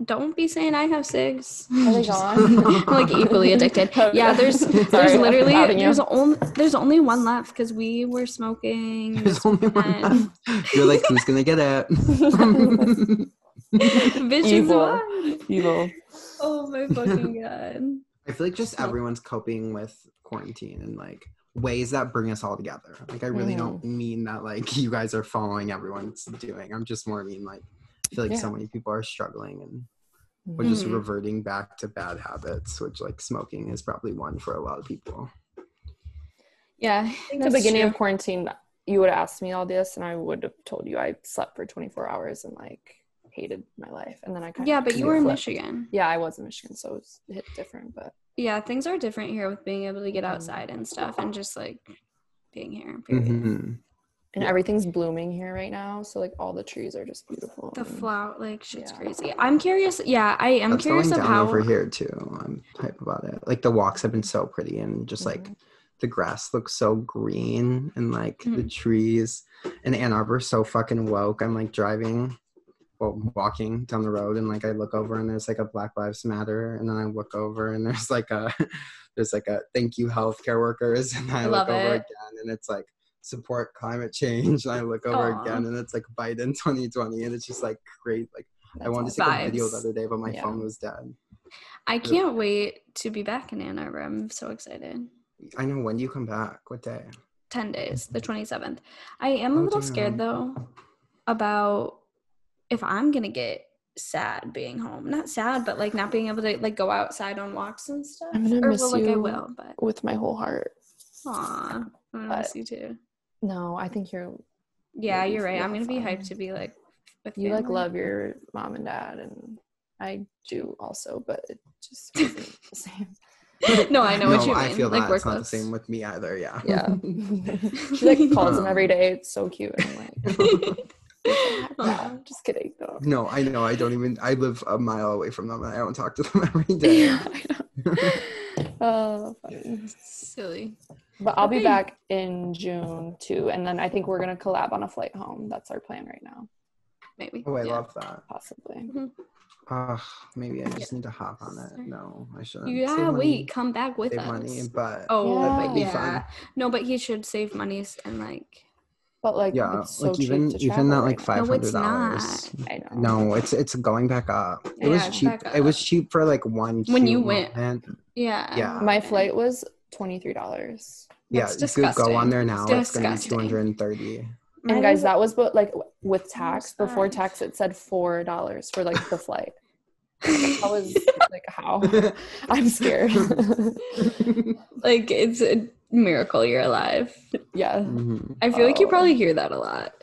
Don't be saying I have six.
Are they gone?
I'm like equally addicted.
Okay.
Yeah, there's
Sorry,
there's
I'm
literally
outing you.
there's only there's only one left because we were smoking
There's only one
And-
left. You're like, who's gonna get it?
bitches
Evil.
one.
Evil.
Oh my fucking god.
I feel like just
Smoke.
everyone's coping with quarantine in like ways that bring us all together. Like I really don't mean that like you guys are following everyone's doing. I'm just more mean like I feel like so
Yeah.
many people are struggling and we're just
Mhm.
reverting back to bad habits, which like smoking is probably one for a lot of people.
Yeah.
think the beginning of quarantine, you would have asked me all this, and I would have told you I slept for 24 hours and like hated my life. And then I kind
yeah,
of
but you were in
flipped.
Michigan.
Yeah, I was in Michigan, so it was hit different. But
Yeah, things are different here with being able to get
Mhm.
outside and stuff and just like being here. Period.
hmm
and
Yeah.
everything's blooming here right now, so like all the trees are just beautiful.
The
and-
flower like shit's
Yeah.
crazy. I'm curious. Yeah, I am
That's
curious
going
of
down
how
over here too. I'm hype about it. Like the walks have been so pretty and just like
Mhm.
the grass looks so green and like the
Mhm.
trees and Ann Arbor's so fucking woke. I'm like driving well, walking down the road and like I look over and there's like a Black Lives Matter and then I look over and there's like a there's like a thank you healthcare workers and I
Love
look over
it.
again and it's like support climate change and I look over
Aw.
again and it's like Biden 2020 and it's just like great like I
That's
wanted
awesome.
to take a video the
Vibes.
other day but my
Yeah.
phone was dead.
I can't wait to be back in Ann Arbor. I'm so excited.
I know when do you come back? What day?
10 days, the 27th. I am a
Mm-hmm. Oh,
little scared
damn.
though about if I'm going to get sad being home. Not sad, but like not being able to like go outside on walks and stuff.
I'm gonna
or
miss
well, like I
you.
will, but
with my whole heart.
aw, I'm going to miss you too.
No, I think you're
Yeah,
maybe
you're right.
feel
I'm going to be
fun.
hyped to be like with
you like
family.
love your mom and dad and I do also, but it just isn't the same.
no, I know what
No,
you mean.
I feel
like
that
we're
it's not the
close.
same with me either. Yeah.
Yeah. she like calls him
Um,
every day. It's so cute. And I'm like,
Aw. Oh,
"Nah, just kidding. No.
no, I know. I don't even. I live a mile away from them and I don't talk to them every day.
Yeah, I know. Oh, funny.
Silly.
But I'll be
Okay.
back in June too, and then I think we're gonna collab on a flight home. That's our plan right now,
Maybe.
Oh, I
Yeah.
love that.
possibly.
Ugh, maybe I just need to hop on it. No, I shouldn't.
You gotta
Save money,
wait. Come back with
Save
us.
money, but
Oh,
That
but
might be
yeah.
fun.
No, but he should save money s- and like.
But like,
yeah,
it's so
like
cheap
even
to
even
travel
that
right
like
now.
five
No, it's
hundred dollars.
I know.
No, it's it's going back up. It was
Yeah, it's
cheap.
back
It was
up.
cheap for like one.
When you
cute
went.
moment.
Yeah.
Yeah.
My flight was twenty three dollars.
yeah,
That's
you could go
disgusting.
on there now. It's gonna be two
Disgusting.
hundred and thirty.
And
Mine
guys,
was-
that was but like w- with tax.
was
Before
five.
tax, it said four dollars for like the flight. I was like, how? I'm scared.
like it's a miracle you're alive.
yeah.
Mm-hmm.
I feel like you
Oh.
probably hear that a lot.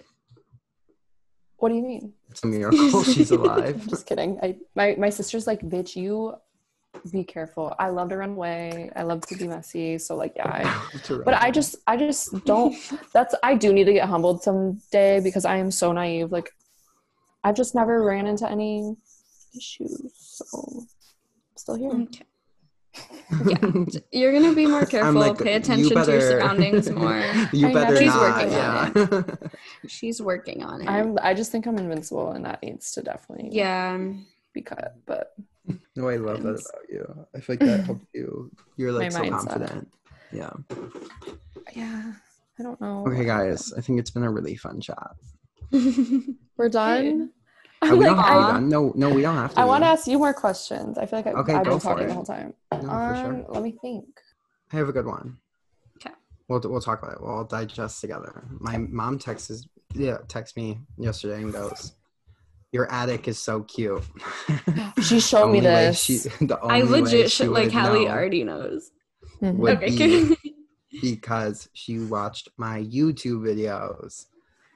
What do you mean?
It's a miracle she's
I'm
alive.
just kidding. I my my sister's like, bitch, you be careful. I love to run away. I love to be messy. So like, yeah. I, but I just I just don't. That's I do need to get humbled someday because I am so naive. Like, I've just never ran into any issues. So still here.
Okay. You're gonna be more careful.
like,
Pay
you
attention to your
better-
surroundings more.
you
I know.
better
She's
not.
working
Yeah.
on She's working on it.
I'm. I just think I'm invincible, and that needs to definitely
yeah.
be cut. But
no, I love that
Friends.
about you. I feel like that helped you. You're
My
like so
mindset.
confident. Yeah.
yeah, I don't know.
Oh
Okay, guys. I think it's been a really fun chat.
we're done.
Uh,
I'm
we
like,
don't have to be
aw.
I,
done. No, no, we don't have to.
I want to
be.
ask you more questions. I feel like I,
Okay,
I've
go
been
for
talking
it.
the whole time.
No, for
Um,
sure.
let me think.
I have a good one.
'Kay.
We'll we'll talk about it. We'll all digest together. My mom texts yeah texts me yesterday and goes, "Your attic is so cute."
She showed me
Only way
this.
She, the only
I
way
legit
she
should like
would
Hallie
know
already knows.
Mhm.
Would
Okay.
be because she watched my YouTube videos,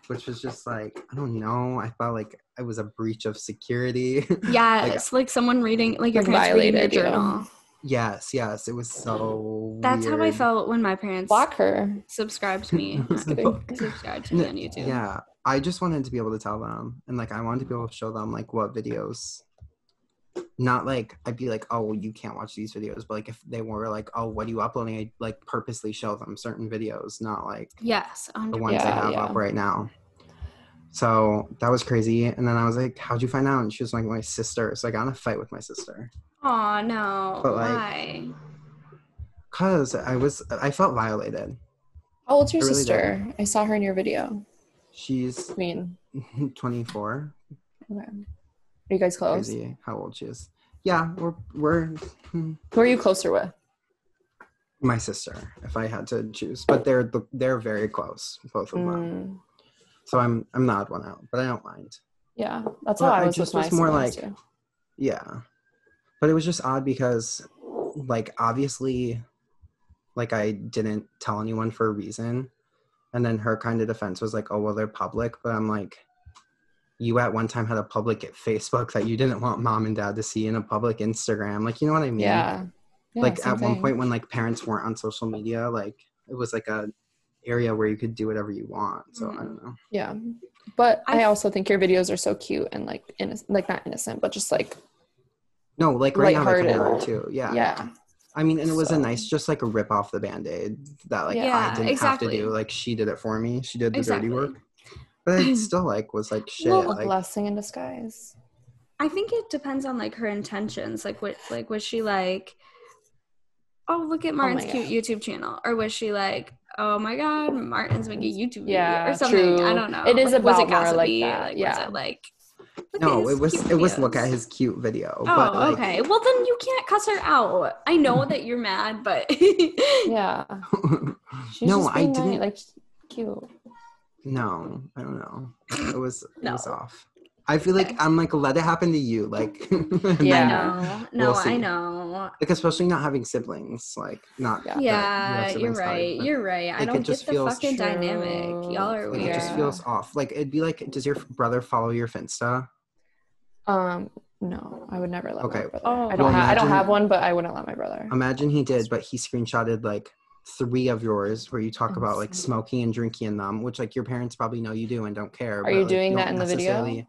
which was just like I don't know. I felt like it was a breach of security.
yeah, it's like someone reading like your
Like,
parents reading your
violated you.
journal.
yes, yes, it was so.
That's how I
weird.
felt when my parents
Block her.
subscribed to me.
kidding.
subscribed to me on YouTube.
Yeah, I just wanted to be able to tell them, and like I wanted to be able to show them like what videos. Not like I'd be like, oh, well, you can't watch these videos, but like if they were like, oh, what are you uploading? I'd like purposely show them certain videos, not like
Yes.
the
100%.
ones I
Yeah,
have
yeah.
up right now. So that was crazy. And then I was like, how'd you find out? And she was like, my sister. So I got in a fight with my sister.
Aw, no.
But, like,
Why?
Cause I was, I felt violated.
How old's your
I really
sister? I saw her in your video.
She's
I mean,
24.
okay. Are you guys close?
Crazy how old she is. Yeah, we're, we're hmm,
Who are you closer with?
my sister if I had to choose, but they're the, they're very close, both of them.
Mm,
So I'm I'm the odd one out, but I don't mind.
yeah, that's
Well,
how I
I
was
just
with my
was more
siblings,
like-
too.
Yeah. But it was just odd because like obviously like I didn't tell anyone for a reason. And then her kind of defense was like, "Oh, well they're public." But I'm like you at one time had a public Facebook that you didn't want mom and dad to see in a public Instagram. Like, you know what I mean?
Yeah. Yeah,
like
same
at one
thing.
point when like parents weren't on social media, like it was like a area where you could do whatever you want. So
Mm-hmm.
I don't know.
Yeah. But
I-
I, also think your videos are so cute and like innocent, like not innocent, but just like
No, like right now they can
Lighthearted.
are too. Yeah.
yeah.
I mean, and it was
So-
a nice just like a rip off the band aid that like
Yeah,
I didn't have to
exactly.
do. Like she did it for me. She did the
Exactly.
dirty work. But But it still like was like shit.
Well,
like,
blessing in disguise.
I think it depends on like her intentions. Like what like was she like Oh look at Martin's
my
cute YouTube channel. Or was she like, Oh my god, Martin's making a YouTube
Yeah,
video or something.
true.
I don't know.
It is
like, was it
about more like
gossipy?
that,
Like,
yeah.
was it like look at
no,
his
it was
cute
it was look
videos?
at his cute video.
Oh,
but like,
okay. Well, then you can't cuss her out. I know that you're mad, but
Yeah. She's
no,
just
I
being nice,
didn't.
like cute.
No, I don't know. It was it
No.
was off. I feel like
Okay.
I'm like let it happen to you, like and then-
I
Yeah.
know. No,
We'll see.
I know.
like especially not having siblings, like not
Yeah.
that you have
Yeah, you're
siblings, sorry,
right.
but
You're right. I
like, it
don't
just
get the
feels
fucking dynamic. Y'all are
like,
weird.
it just
Yeah.
feels off. Like it'd be like, does your brother follow your Finsta?
Um, no, I would never let
Okay.
my brother.
Oh.
I don't.
Well,
ha- I don't
imagine- Um,
have one, but I wouldn't let my brother.
Imagine he did, but he screenshotted like three of yours where you talk about like
Insane.
smoking and drinking in them, which like your parents probably know you do and don't care.
Are
but,
you
like,
doing that
don't
in the video?
necessarily-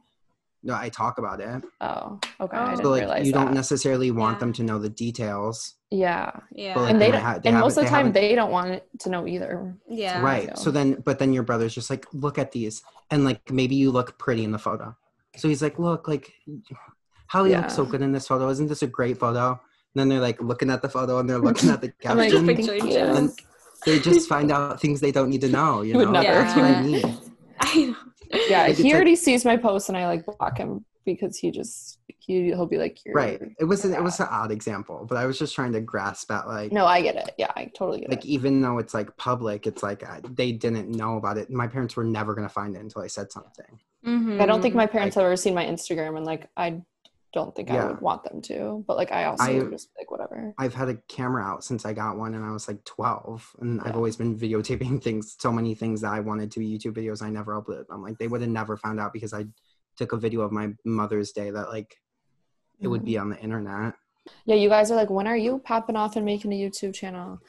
No, I talk about it.
oh, okay.
Oh.
I didn't
So like
realize
you
that.
don't necessarily want
Yeah.
them to know the details.
yeah,
yeah.
But, like,
and they,
they
don't.
ha- they
and
haven't-
most of
they
the time
haven't-
they don't want it to know either.
yeah.
Right. So
So-
then, but then your brother's just like, look at these, and like maybe you look pretty in the photo. So he's like, look, like Holly looks so
Yeah.
good in this photo. Isn't this a great photo? And then they're like looking at the photo and they're looking at the
I'm like,
Just
caption.
picture
thank
each
you.
other.
and they just find out things they don't need to know. You
You would
know,
never.
that's what
Yeah.
I mean.
I know.
yeah.
Like, it's
He
like-
already sees my post, and I like block him because he just he he'll be like, You're,
Right. It was an,
Yeah.
it was an odd example, but I was just trying to grasp at like
No, I get it. Yeah, I totally get
like
it.
even though it's like public, it's like I, they didn't know about it. My parents were never gonna find it until I said something.
Mhm.
I don't think my parents have ever seen my Instagram, and like I don't think I
Yeah.
would want them to. But like I also
I-
would just be like whatever.
I've had a camera out since I got one and I was like 12 and I've
Yeah.
always been videotaping things so many things that I wanted to be YouTube videos I never uploaded. I'm like they would have never found out because I took a video of my mother's day that like it would
Mm-hmm.
be on the internet.
Yeah, you guys are like, when are you popping off and making a YouTube channel?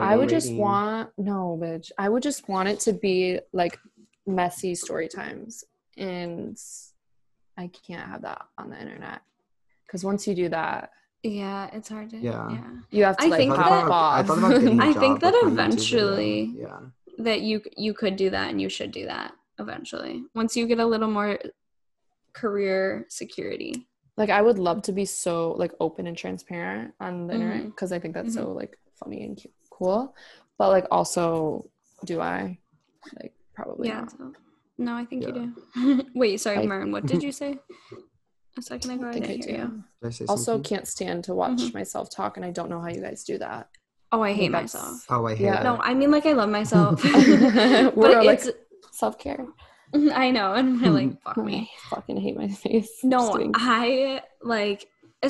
I would just
Waiting.
want no, bitch. I would just want it to be like messy story times, and I can't have that on the internet because once you do that,
Yeah, it's hard to.
Yeah.
yeah.
you have to
I
like
think
I
pop
thought about- I
off.
thought about getting a
I think
job
that
with my YouTube video.
eventually-
Yeah.
that you you could do that and you should do that eventually once you get a little more career security
like I would love to be so like open and transparent on the internet
Mm-hmm.
because I think that's so like funny and cute, cool. But like also, do I like probably
yeah
not.
so- no i think
Yeah.
you do wait sorry
I-
Marin, what did you say a second ago i,
think
didn't
I
hear
do.
you
Did I say
Also,
something?
can't stand to watch
Mhm.
myself talk, and I don't know how you guys do that.
oh i hate
That's-
myself
Oh, I hate
Yeah.
it.
no i mean like i love myself
We're
but
like-
it's
Self care.
i know and we're like fuck me
I fucking hate my face. Just
No,
kidding.
I like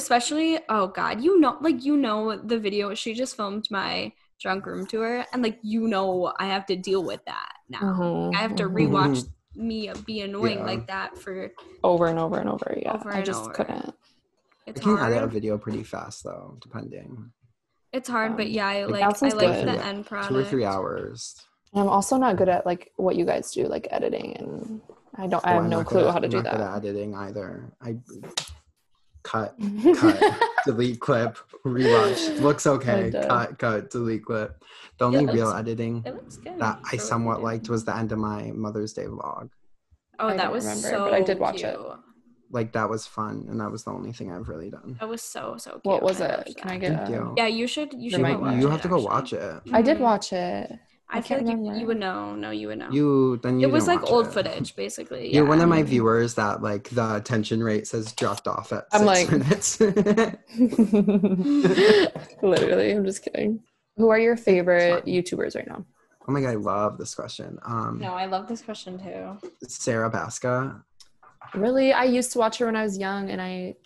especially oh god, you know like you know the video she just filmed my drunk room tour and like you know I have to deal with that now.
Mhm,
I have to
mhm.
rewatch me be annoying
Yeah.
like that for
over and over and over. Yeah,
Over
I
and
just
over.
couldn't.
I
it's
can edit a
hard.
video pretty fast though, depending.
It's hard, but
Um,
yeah, I
like,
like
that
I
sounds
like
good.
the
Yeah.
end product.
Two or three hours.
And I'm also not good at like what you guys do, like editing, and I don't. I
Oh,
have
I'm
no
not
clue
good at-
how to
I'm
do
not good
that.
at editing either. I cut, cut, delete clip, rewatch. Looks okay.
did.
Cut, cut, delete clip. The only
Yeah,
real
that's-
editing
It looks good.
that
for what
I
you
somewhat
do.
liked was the end of my Mother's Day vlog.
Oh,
I
that
don't
was so
remember, but I did watch it.
cute.
Like that was fun, and that was the only thing I've really done.
That was so so cute.
what was
I loved
it? Can I
that.
get?
Thank
a- Hmm.
you.
Oh, Yeah, you should you should
might
go watch
you
it,
have to go
actually.
watch it.
I did
Mhm.
watch it.
I,
I
feel
can't
like you, you
remember.
would know. No, you would know.
You then you.
it was
didn't
like
watch
old
it.
footage, basically.
You're one
yeah.
of my viewers that like the attention rate says dropped off at six
I'm like-
minutes.
Literally, I'm just kidding. Who are your favorite
fine.
YouTubers right now?
oh my god, I love this question. Um,
No, I love this question too.
Sarah Baska.
Really, I used to watch her when I was young, and I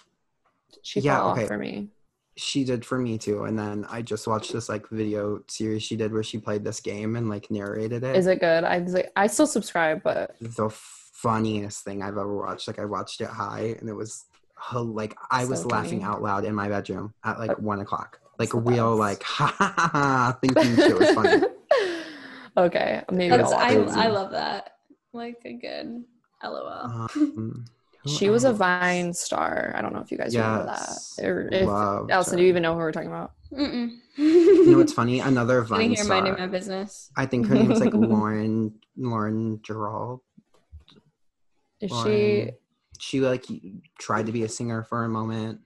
she
Yeah,
fell
okay.
off for me.
She did for me too, and then I just watched this like video series she did where she played this game and like narrated it.
Is it good? I was like, I still subscribe, but
the funniest thing I've ever watched? Like I watched it high, and it was hi- like I was
So
laughing
funny.
out loud in my bedroom at like one o'clock, like
the
real
best.
like ha ha ha, ha thinking Mm, shit was funny.
okay, maybe
That's-
I'll watch
I,
it.
crazy.
I love that. Like a good LOL.
Um, who
She was a
else?
Vine star. I don't know if you guys remember
Yes.
that. Or if,
Loved
Allison,
her.
do you even know who we're talking about?
Mm-mm.
You know what's funny? Another
Sitting
Vine
here minding my
star.
business.
I think her name's like Lauren Lauren Gerald.
Is she?
Lauren. She like tried to be a singer for a moment.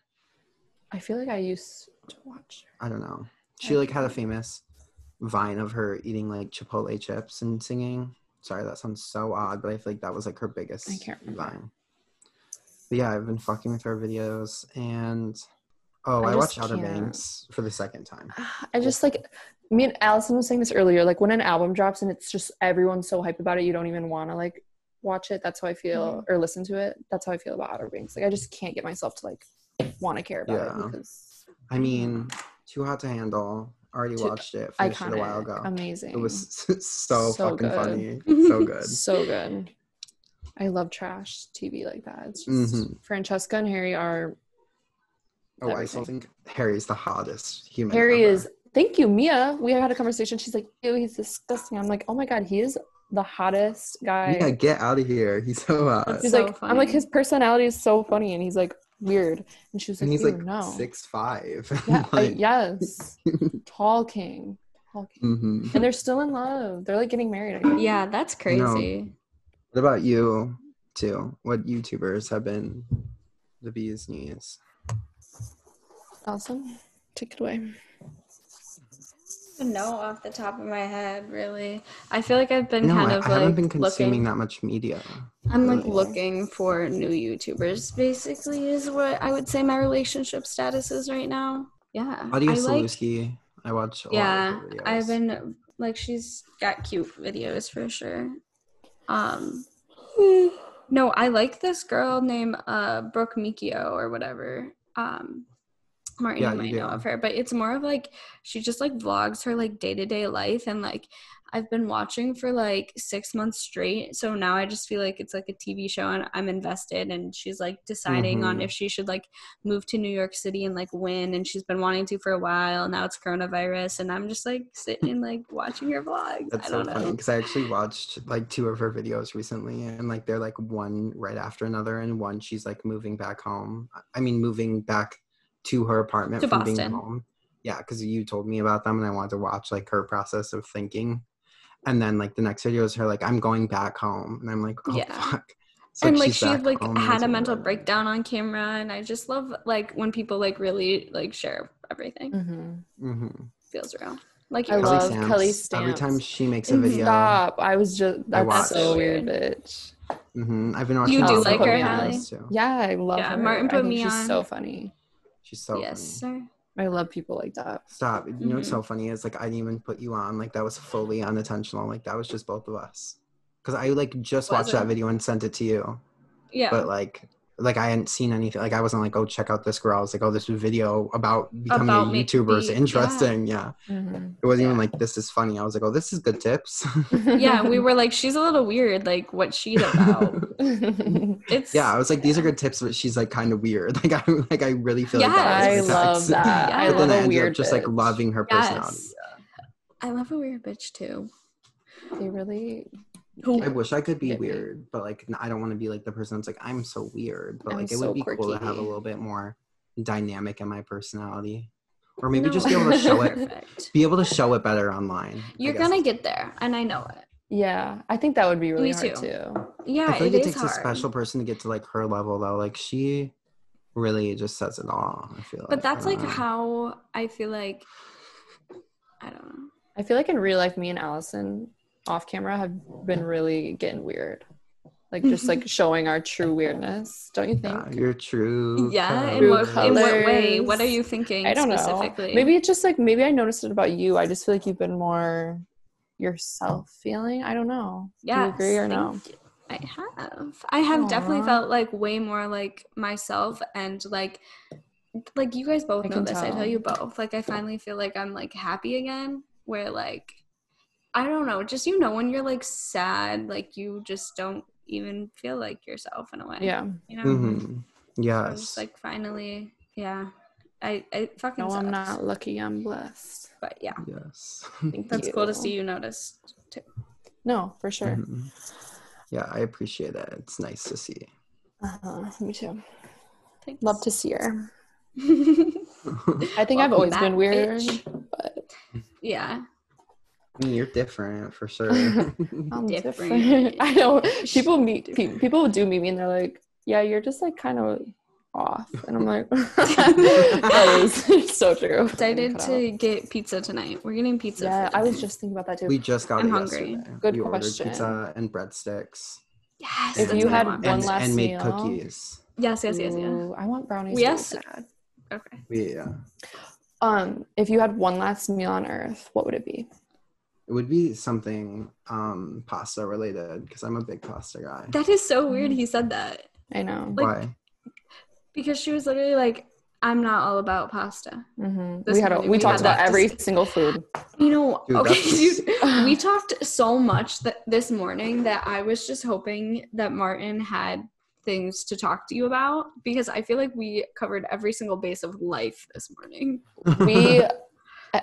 I feel like I used to watch her.
I don't know. She like had a famous vine of her eating like Chipotle chips and singing. Sorry, that sounds so odd, but I feel like that was like her biggest
I can't remember.
vine. But yeah, I've been fucking with her videos and oh,
I
I,
just
watched Outer
can't.
Banks for the second time.
Ah, I just like me and Allison was saying this earlier. Like when an album drops and it's just everyone's so hype about it, you don't even want to like watch it. That's how I feel,
Mm-hmm.
or listen to it. That's how I feel about Outer Banks. Like I just can't get myself to like want to care about
Yeah.
it because
I mean, Too Hot to Handle. Already
Too-
watched it. Finished
iconic,
it a while ago.
amazing.
It was so,
So
fucking
good.
funny. So good.
so good. I love trash TV like that. It's just
Mhm.
Francesca and Harry are
Oh, I
Everything.
still think Harry's the hottest human.
Harry
ever.
is thank you, Mia. We had a conversation. She's like, ew, he's disgusting. I'm like, oh my god, he is the hottest guy.
Yeah, get out of here. He's so hot.
He's
So
like, I'm like,
funny.
his personality is so funny, and he's like weird. And she was like,
And he's
"Ew,
like
no,
six five.
yeah, I- yes, tall king, tall king.
hmm
And they're still in love. They're like getting married. I guess.
Yeah, that's crazy.
What about you too? What YouTubers have been the bee's knees?
Awesome. Take it away.
No, off the top of my head, really. I feel like I've been
no,
kind
I,
of
I haven't
like
been consuming
looking.
that much media.
I'm like
really.
looking for new YouTubers. Basically, is what I would say my relationship status is right now. Yeah,
Audio
I
Saluski. I watch a
yeah,
lot of her videos.
I've been like she's got cute videos for sure. Um, no, I like this girl named uh Brooke Mikio or whatever. Um, Martin
Yeah,
you
you
might
do.
know of her, but it's more of like she just like vlogs her like day to day life and like I've been watching for like six months straight. So now I just feel like it's like a TV show and I'm invested and she's like deciding on
Mhm.
if she should like move to New York City and like win and she's been wanting to for a while. Now it's coronavirus and I'm just like sitting and like watching her vlogs.
Hmm. That's
I
so
don't
funny
know.
because I actually watched like two of her videos recently, and like they're like one right after another, and one she's like moving back home. I mean, moving back to her apartment
To
from being
Boston.
home. Yeah, because you told me about them, and I wanted to watch like her process of thinking. And then like the next video is her like, I'm going back home, and I'm like, oh
Yeah.
fuck. It's
and like
she's
she
back
like
home and
had
it's
a mental
over.
breakdown on camera and I just love like when people like really like share everything.
Mm-hmm.
Mhm.
Feels real. Like
I
it-
Kelly
love
Stamps.
Kelly
Every
Stamps.
time she makes a
Mhm.
video,
Stop. I was just
I
that's so
watched.
weird, bitch.
mhm, I've been watching.
do
all of
like her,
videos,
Hallie?
too.
Yeah, I love
Yeah,
her.
Martin
I
put
think
me
she's
on.
so funny.
She's so
yes,
funny.
sir.
I love people like that.
Stop. You know what's so funny is like I didn't even put you on. Like that was fully unintentional. Like that was just both of us. Cause I like just watched that
Wasn't.
video and sent it to you.
Yeah.
But like like I hadn't seen anything. Like I wasn't like, oh check out this girl. I was like, oh this video about becoming
About
a
me-
YouTuber is
be- yeah.
interesting. Yeah.
Mhm.
It wasn't even
Yeah.
like this is funny. I was like, oh this is good tips.
yeah, we were like, she's a little weird, like what she's about. It's
yeah, I was like, these are good tips, but she's like kind of weird. Like I like I really feel like that
I
was the
love
text.
that.
Yeah.
I
But
love
then I
a
ended
weird
up just like
bitch.
loving her personality.
Yes. I love a weird bitch too.
They really.
I wish I could be
Hit me.
weird, but like n- I don't want to be like the person that's like I'm so weird. But
I'm
like it
so
would be cool to have
quirky.
a little bit more dynamic in my personality, or maybe
No,
just be able to show it,
Perfect.
be able to show it better online. I
You're
guess.
gonna get there, and I know it.
Yeah, I think that would be
Me
really hard
too.
too.
Yeah,
I feel like
it
it,
is
takes
hard.
a special person to get to like her level though. Like she really just says it all. I feel. Uh,
but that's
I
like
don't know.
how I feel like. I don't know.
I feel like in real life, me and Allison off camera have been really getting weird, like just like showing our true weirdness. Don't you think?
Yeah, your true.
Yeah, in
True
what, in what way?
colours.
What are you thinking
I don't know.
specifically?
Maybe it's just like maybe I noticed it about you. I just feel like you've been more yourself feeling. I don't know. Do you agree
Yes,
or no?
thank you. I have. I have definitely
Aw.
felt like way more like myself and like like you guys both
I
know
can
this. I
tell.
tell you both. Like I finally feel like I'm like happy again. Where like I don't know, just you know when you're like sad, like you just don't even feel like yourself in a way.
Yeah.
You know?
hmm
So
Yes.
I'm just like finally, yeah. I I fucking
No, I'm
sucks,
not lucky. I'm blessed.
But yeah.
yes.
Thank
That's cool to
you.
see you notice.
No, for sure.
Mhm. Yeah, I appreciate it. It's nice to see.
Mm-hmm.
Uh-huh. Me too.
Thanks.
Love to see her.
to
I think
Welcome
I've always
back,
been weird.
bitch. Yeah.
I mean, you're different for sure.
I'm
Different.
I know people meet pe- people do meet me and they're like, "Yeah, you're just like kind of off," and I'm like, "That is it's so true."
Excited
Cut
to get pizza tonight. We're getting
out.
pizza.
Yeah,
for
I was
dinner.
just thinking about that too.
we just got
I'm
it
hungry.
yesterday.
Good
we
question.
ordered pizza and breadsticks.
yes.
If
that's
you
what I
had
want.
one
and,
last Mm.
and made
meal.
cookies.
yes, yes, yes, yes.
Ooh, I want brownies.
We
really
asked-
bad.
Okay.
Yeah.
Um, if you had one last meal on Earth, what would it be?
It would be something um pasta related because I'm a big pasta guy.
That is so weird. He said that
I know.
Why?
because she was literally like, "I'm not all about pasta."
Mhm.
This
We had a,
morning
we
we
had
talked about
that
every
discuss-
single food.
You know,
Dude,
okay,
that's-
dude. We talked so much that this morning that I was just hoping that Martin had things to talk to you about because I feel like we covered every single base of life this morning.
we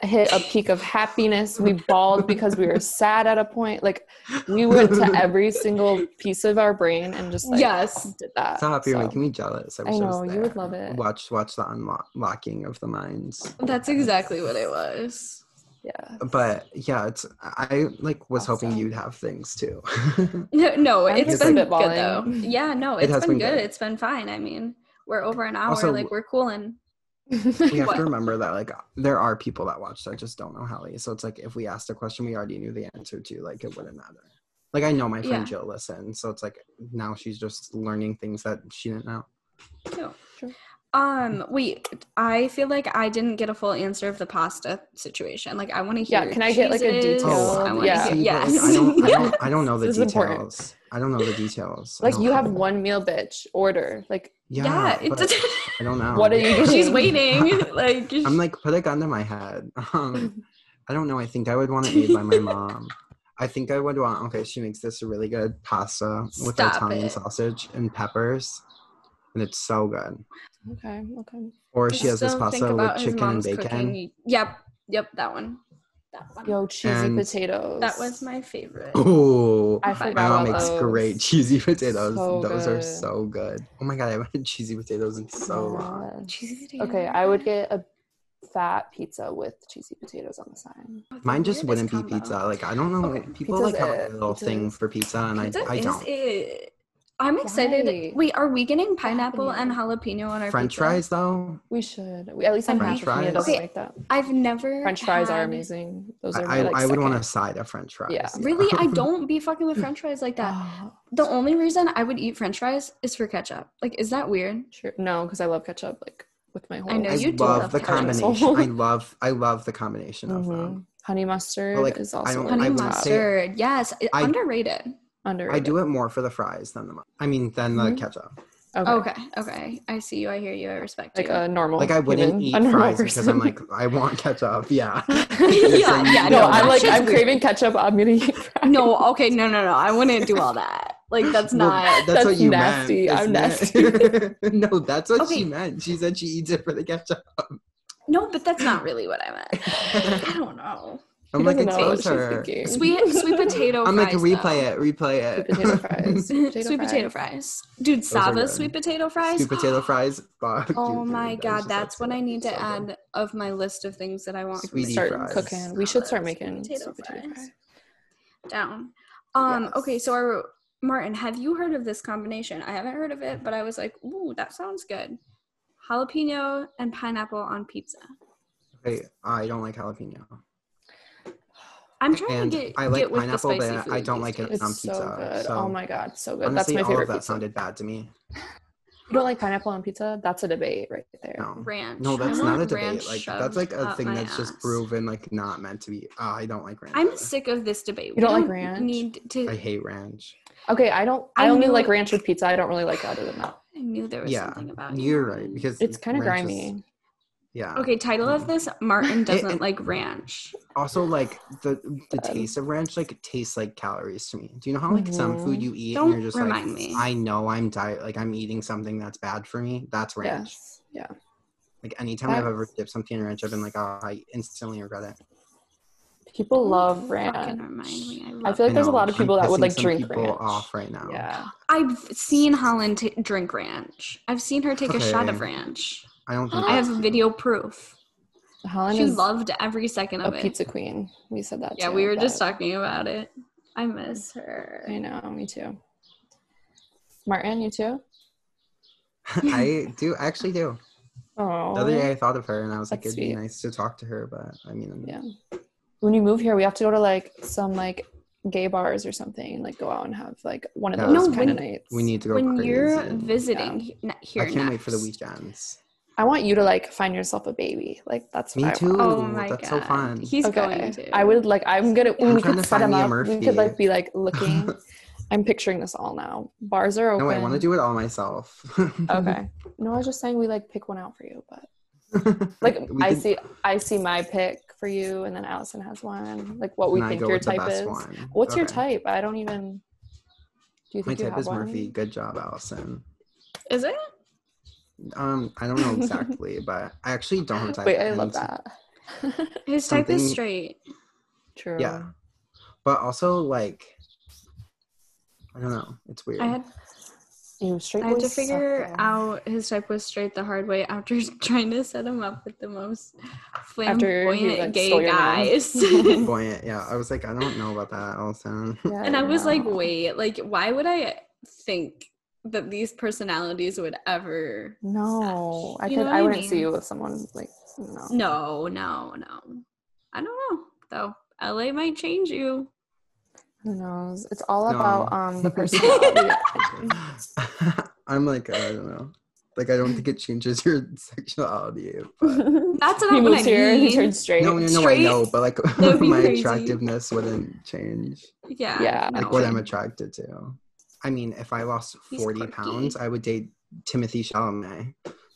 hit a peak of happiness. We bawled because we were sad at a point. Like we went to every single piece of our brain and just like
yes.
did that.
Stop! You're
So,
making me jealous. I,
I
wish I was
know you would
there.
love it.
Watch, watch the unlocking of the minds.
That's exactly what it was.
Yeah.
But yeah, it's I like was hoping
Awesome.
you'd have things too.
No, no
I'm
it's
just
been good
spitballing.
though. Yeah, no,
It
it's
has
been,
been
good.
good.
It's been fine. I mean, we're over an hour.
Also-
like we're cooling.
we have
What?
to remember that like there are people that watch that just don't know Hallie. So it's like if we asked a question we already knew the answer to, like it wouldn't matter. Like I know my friend
Yeah.
Jill listened, so it's like now she's just learning things that she didn't know.
No.
Sure.
Um, wait, I feel like I didn't get a full answer of the pasta situation. Like I want to hear
Yeah, can I get, like, a
cheeses,
detailed-
I wanna
yeah.
hear-
See, but, like,
yes.
I don't, I don't, I don't know the
This is important.
details. I don't know the details. I
Like
don't
you
know.
have one meal, bitch. Order. Like
yeah,
but
it's
I don't know.
what are you doing?
she's waiting. Like
I'm like, put a gun to my head. Um, I don't know. I think I would want it made by my mom. I think I would want. Okay, she makes this really good pasta with
Stop
Italian
it.
sausage and peppers, and it's so good.
Okay. Okay.
Or
I
she has this
still think
pasta
about
with
his
chicken and
mom's
bacon.
cooking. Yep, yep, that one. That one.
Yo, cheesy
And-
potatoes.
That was my favorite.
Oh,
I
My
forgot
my mom
about
makes
those.
great cheesy potatoes.
So
Those are
good.
so good. Oh my god, I haven't had cheesy potatoes in so long.
Yeah.
Cheesy potato.
Okay, I would get a fat pizza with cheesy potatoes on the side.
Oh, the
Mine just
weirdest
wouldn't be
combo.
pizza. Like I don't know.
Okay,
People like
pizza's
have a
it.
little
Pizza
thing
is-
for pizza, and I,
Pizza
I
is
don't.
it. I'm excited.
Why?
Wait, are we getting pineapple and
happening?
jalapeno on our
French
pizza?
fries though.
We should. We, at least I'm
French
happy Mia
fries.
doesn't
Okay.
make that.
I've never.
French fries are
had-
amazing. Those
I,
are.
I,
my, like,
I would want a
second.
side of French fries.
Yeah.
Really, I don't be fucking with French fries like that.
Oh,
The only reason I would eat French fries is for ketchup. Like, is that weird?
true. No, because I love ketchup. Like with my whole.
know
I
you do
love
love
the
French fries.
combination. I love I love the combination of them.
Mhm. Honey mustard
But, like,
is
I
also
don't-
Honey
I would say-
mustard, yes, it-
I-
underrated.
underrated.
I do it more for the fries than the mu- I mean than the
Mhm.
ketchup.
Okay.
Okay, okay, I see you. I hear you. I respect
Like
you.
a normal.
Like I wouldn't
human,
eat
a normal
fries because I'm
person.
like I want ketchup. Yeah.
yeah,
like,
yeah.
No,
no,
I'm
that
like
shit's
I'm
weird.
craving ketchup. I'm gonna eat fries.
No, okay, no, no, no. I wouldn't do all that. Like, that's
Well,
not.
that's, what
That's
you
nasty.
meant.
I'm
isn't it? no, that's what
Okay.
she meant. She said she eats it for the ketchup.
No, but that's not really what I meant. I don't know.
I'm like
doesn't know what
expose
she's
her.
thinking.
Sweet, sweet potato.
I'm like
fries,
replay
though.
it, replay it.
Sweet potato fries.
sweet potato fries, dude.
are
Sava's
good.
sweet potato fries.
Sweet potato fries. Fuck, dude,
Oh
dude,
my
that's
god,
just
that's what I
excellent.
need to
So good.
add of my list of things that I want. from
Sweetie
the
Start
fries.
cooking. We should start
Salads,
making
potato
sweet potato
fries.
fries.
down. Um, okay,
Yes.
so our, Martin, have you heard of this combination? I haven't heard of it, but I was like, ooh, that sounds good. Jalapeno and pineapple on pizza.
Wait, I don't like jalapeno.
I'm trying
and
to get
I like
get with
pineapple,
the spicy
but
food
I don't
these
like it
days.
It's
on
so
pizza,
good.
so-
oh my god, so good.
Honestly,
That's my
all
favorite
of that
pizza.
sounded bad to me.
You don't like pineapple on pizza? That's a debate right there.
No,
Ranch.
no, that's
I
not a
want
debate.
ranch
Like
shoved
that's like a
up
thing
my
that's just
ass.
proven like not meant to be. Ah, I don't like ranch.
I'm sick of this debate.
You don't like ranch?
Need to.
I hate ranch.
Okay, I don't. I,
I
only
knew-
like ranch with pizza. I don't really like other than that.
I knew there was
Yeah,
something about you.
You're right because
It's kind of
ranch is-
grimy.
yeah.
Okay, title of this: Martin doesn't
and-
like ranch.
Also, like the the
Um,
taste of ranch like tastes like calories to me. Do you know how like some food
Mhm.
you
Mm-hmm.
eat
Don't
and you're just
remind
like
me.
I know I'm diet like I'm eating something that's bad for me. That's ranch.
Yes. Yeah.
Like anytime I've ever dipped something in ranch, I've been like, oh, I instantly regret it.
People
Don't
love
Fucking
ranch.
remind me. I,
I
love
feel like
I
there's a
know,
lot of
I'm
people that would
pissing
like
some
drink
people
ranch.
off right now.
Yeah.
I've seen Holland t- drink ranch. I've seen her take a shot of
Okay.
ranch.
I don't think
I have
that's-
video proof.
Holland
she
is
loved every second
a
of it.
pizza queen. We said that.
yeah,
too,
we were just
but
talking about it. I miss her.
I know, me too. Martin, you too.
I do I actually do.
Oh,
The other day I thought of her and I was like,
That's
it'd be
sweet.
nice to talk to her, but I mean,
yeah. When you move here, we have to go to like some like gay bars or something, and, like go out and have like one of
Yeah.
those
No,
kind of
when-
nights.
we need to go
when
crazy.
you're visiting he- n- here
I can't wait for the
next.
weekends.
I want you to like find yourself a baby. Like that's
Me
what I
too.
want.
Oh my
That's
god,
so fun.
He's
okay.
going to.
I would like. I'm gonna.
I'm
we
trying
could
to
set
find
them
me a
up. We could like
Murphy.
be like looking. I'm picturing this all now. Bars are open.
No, I want to do Mhm. it all myself.
Okay. No, I was just saying we like pick one out for you, but like
We
I
could-
see, I see my pick for you, and then Allison has one. Like what
and
we
I
think
go
your
with the
type
best
is.
one.
What's your
Okay.
type? I don't even. Do you
My
think you
type
have
is
one?
Murphy. Good job, Allison.
Is it?
Um, I don't know exactly, but I actually don't have a type.
Wait, I love
and-
that.
His type is
Something-
straight.
True.
Yeah. But also like I don't know. It's weird.
I had
You straight
I had to
boys suck,
figure
though.
out his type was straight the hard way after trying to set him up with the most
After
flamboyant
he, like, stole
gay
your man.
guys.
Buoyant. Yeah. I was like, I don't know about that, Allison.
Yeah,
and I was like,
know.
wait, like why would I think that these personalities would ever
No, I
You
could.
know what
I
I
wouldn't see
mean?
you with someone like no.
No, no, no. I don't know though. LA might change you.
Who knows? It's all
No.
about um the personality.
I'm like, I don't know. Like I don't think it changes your sexuality. But
That's not
he
what
moves
I
here. He
mean.
turns straight.
no, no, no, I
Straight-
know, but like
would be
my
crazy.
attractiveness wouldn't change.
Yeah.
Yeah.
no.
Like what I'm attracted to. I mean, if I lost
He's
forty
quirky.
pounds, I would date Timothy Chalamet.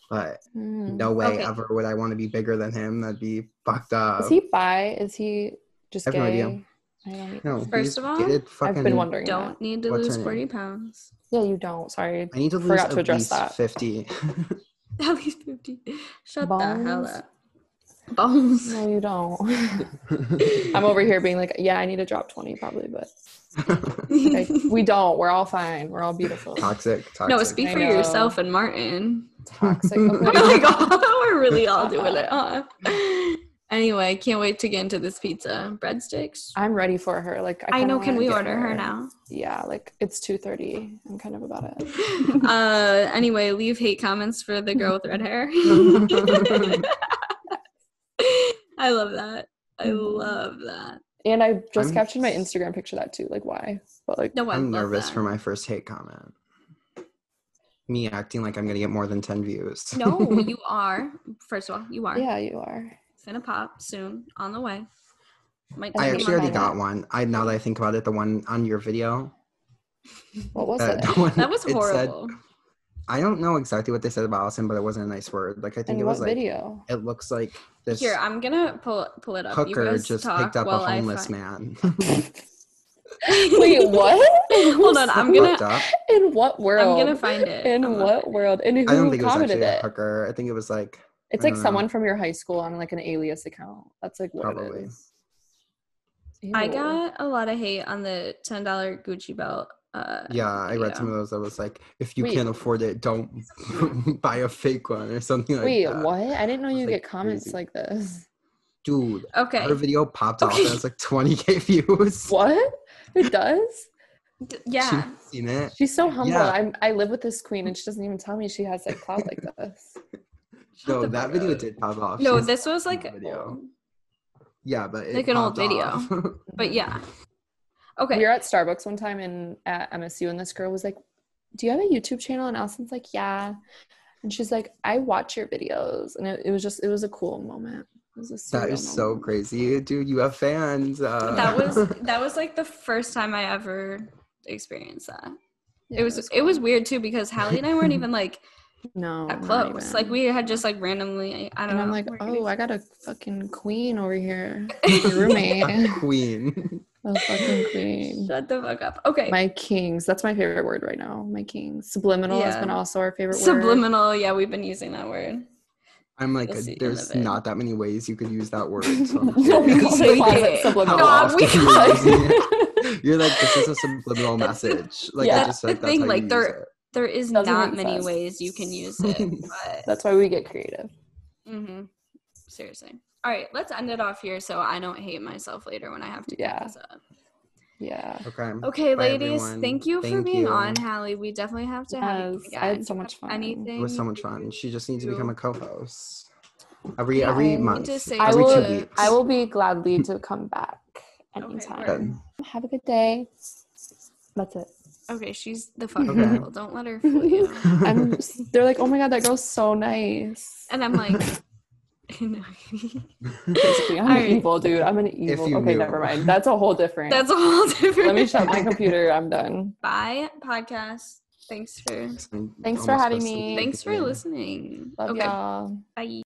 But
Mm.
no way
Okay.
ever would I want to be bigger than him. That'd be fucked up.
Is he bi? Is he just
uh, I have
gay?
no idea.
I don't even-
No,
First
he's
of all,
dated
I've been
fucking-
wondering. Don't.
Don't need to
What's her
lose
name?
40 pounds.
Yeah, you don't. Sorry.
I need to lose
Forgot
at
to address
least
that.
fifty.
At least 50. Shut the hell
Bones.
up. Bones.
No, you don't. I'm over here being like, yeah, I need to drop 20 probably, but like, we don't. We're all fine. We're all beautiful.
toxic, toxic.
no, speak
I
for
know.
yourself and Martin.
Toxic.
Oh
Okay.
my god, we're really all doing it, huh? Anyway, can't wait to get into this pizza. Breadsticks?
I'm ready for her. Like
I,
kinda
know, can
wanna
we
get
order her now?
Yeah, like it's 2:30. I'm kind of about it.
uh anyway leave hate comments for the girl with red hair i love that i
Mhm.
love that
And I just
I'm-
captioned my Instagram picture that too. Like why? But like
no I
I'm
love
nervous
that.
for my first hate comment. Me acting like I'm gonna get more than ten views.
no you are first of all you are
yeah, you are.
finna pop soon on the way Might
I
I
take
actually already
a
got
moment.
one. I now that I think about it, the one on your video. uh,
What was
That,
it?
the one-
that was
it said-
horrible
I don't know exactly what they said about Allison, but it wasn't a nice word. Like I think
And
it
what
was like
video?
it looks like this
here i'm gonna pull pull it up You
hooker
guys
just
talk
picked up a
while I
homeless
find-
man.
Wait, what?
hold on i'm
Fucked
gonna
up.
In what world?
i'm gonna find it
In
I'm not-
what world? And who
I don't think it was
commented
actually a
it?
hooker. I think it was like
It's
I
like
don't know.
someone from your high school on like an alias account. That's like what
Probably.
it is.
i
Ew.
got a lot of hate on the ten dollar gucci belt uh
Yeah, I read
video.
some of those. I was like, if you
Wait.
can't afford it, don't buy a fake one or something like
Wait,
that.
what? I didn't know
That's,
you
like,
get comments
crazy.
like this.
Dude,
Okay.
her video popped off
Okay.
and it's like 20k views.
What? It does?
D-
She
yeah.
hasn't seen it.
She's so humble.
Yeah.
I'm, I live with this queen, and she doesn't even tell me she has like clout like this.
No,
the
that
fuck
video
up.
did pop off.
No,
She's-
this was like
video.
old.
yeah, but it
like an old
popped
video.
off.
But yeah. Okay.
We were at Starbucks one time and at MSU, and this girl was like, "Do you have a YouTube channel?" And Allison's like, "Yeah," and she's like, "I watch your videos," and it, it was just it was a cool moment. It was a
that
surreal
is so
moment.
crazy, dude. You have fans. Uh,
that was that was like the first time I ever experienced that.
Yeah,
it was it
cool.
was weird too because Hallie and I weren't even like
no
that
not
close.
even.
Like we had just like randomly I don't
and
know.
I'm like,
we're
oh,
getting-
I got a fucking queen over here, your roommate,
a queen.
a fucking queen.
Shut the fuck up. Okay.
My kings. That's my favorite word right now. My kings. Subliminal has
Yeah.
been also our favorite word.
Subliminal, yeah, we've been using that word.
I'm like, uh,
You'll see in
there's
the vid.
not that many ways you could use that word. So I'm
no, we
curious.
we
call
did.
it subliminal.
How
God, we
often
got
are you using it? You're like, this is a subliminal
That's the-
message. Like, I
Yeah.
That's
just said,
the
that's
thing,
how
like,
you
they're-
use it.
There is
Doesn't
not
make
many
sense.
ways you can use it, but
That's why we get creative.
mhm. seriously. All right, let's end it off here so I don't hate myself later when I have to yeah.
Yeah.
this up.
Yeah.
Okay.
Okay,
Bye,
ladies,
everyone.
thank you for
Thank
being
you.
on, Hallie. We definitely have to have you
Yes,
again.
I had
Do
so
you
much
have
fun. It was
Anything?
It was so much fun. She just needs to become
you.
a co-host every
Yeah, I
every
need
month,
to say
I
every
something.
two
will,
weeks.
I will be gladly to come back
Okay,
anytime.
word.
Good.
Have a good day. That's it.
Okay, she's the fucking
Okay.
devil. Don't let her fool you.
I'm, they're like, oh my God, that girl's so nice.
and I'm like, no. All
Basically, I'm an
right.
evil dude. I'm an evil.
you
Okay,
knew.
never mind. That's a whole different.
that's a whole different.
Let me shut my computer. I'm done.
Bye, podcast. Thanks for
Thanks for having me.
thanks for listening.
Love
okay,
y'all.
bye.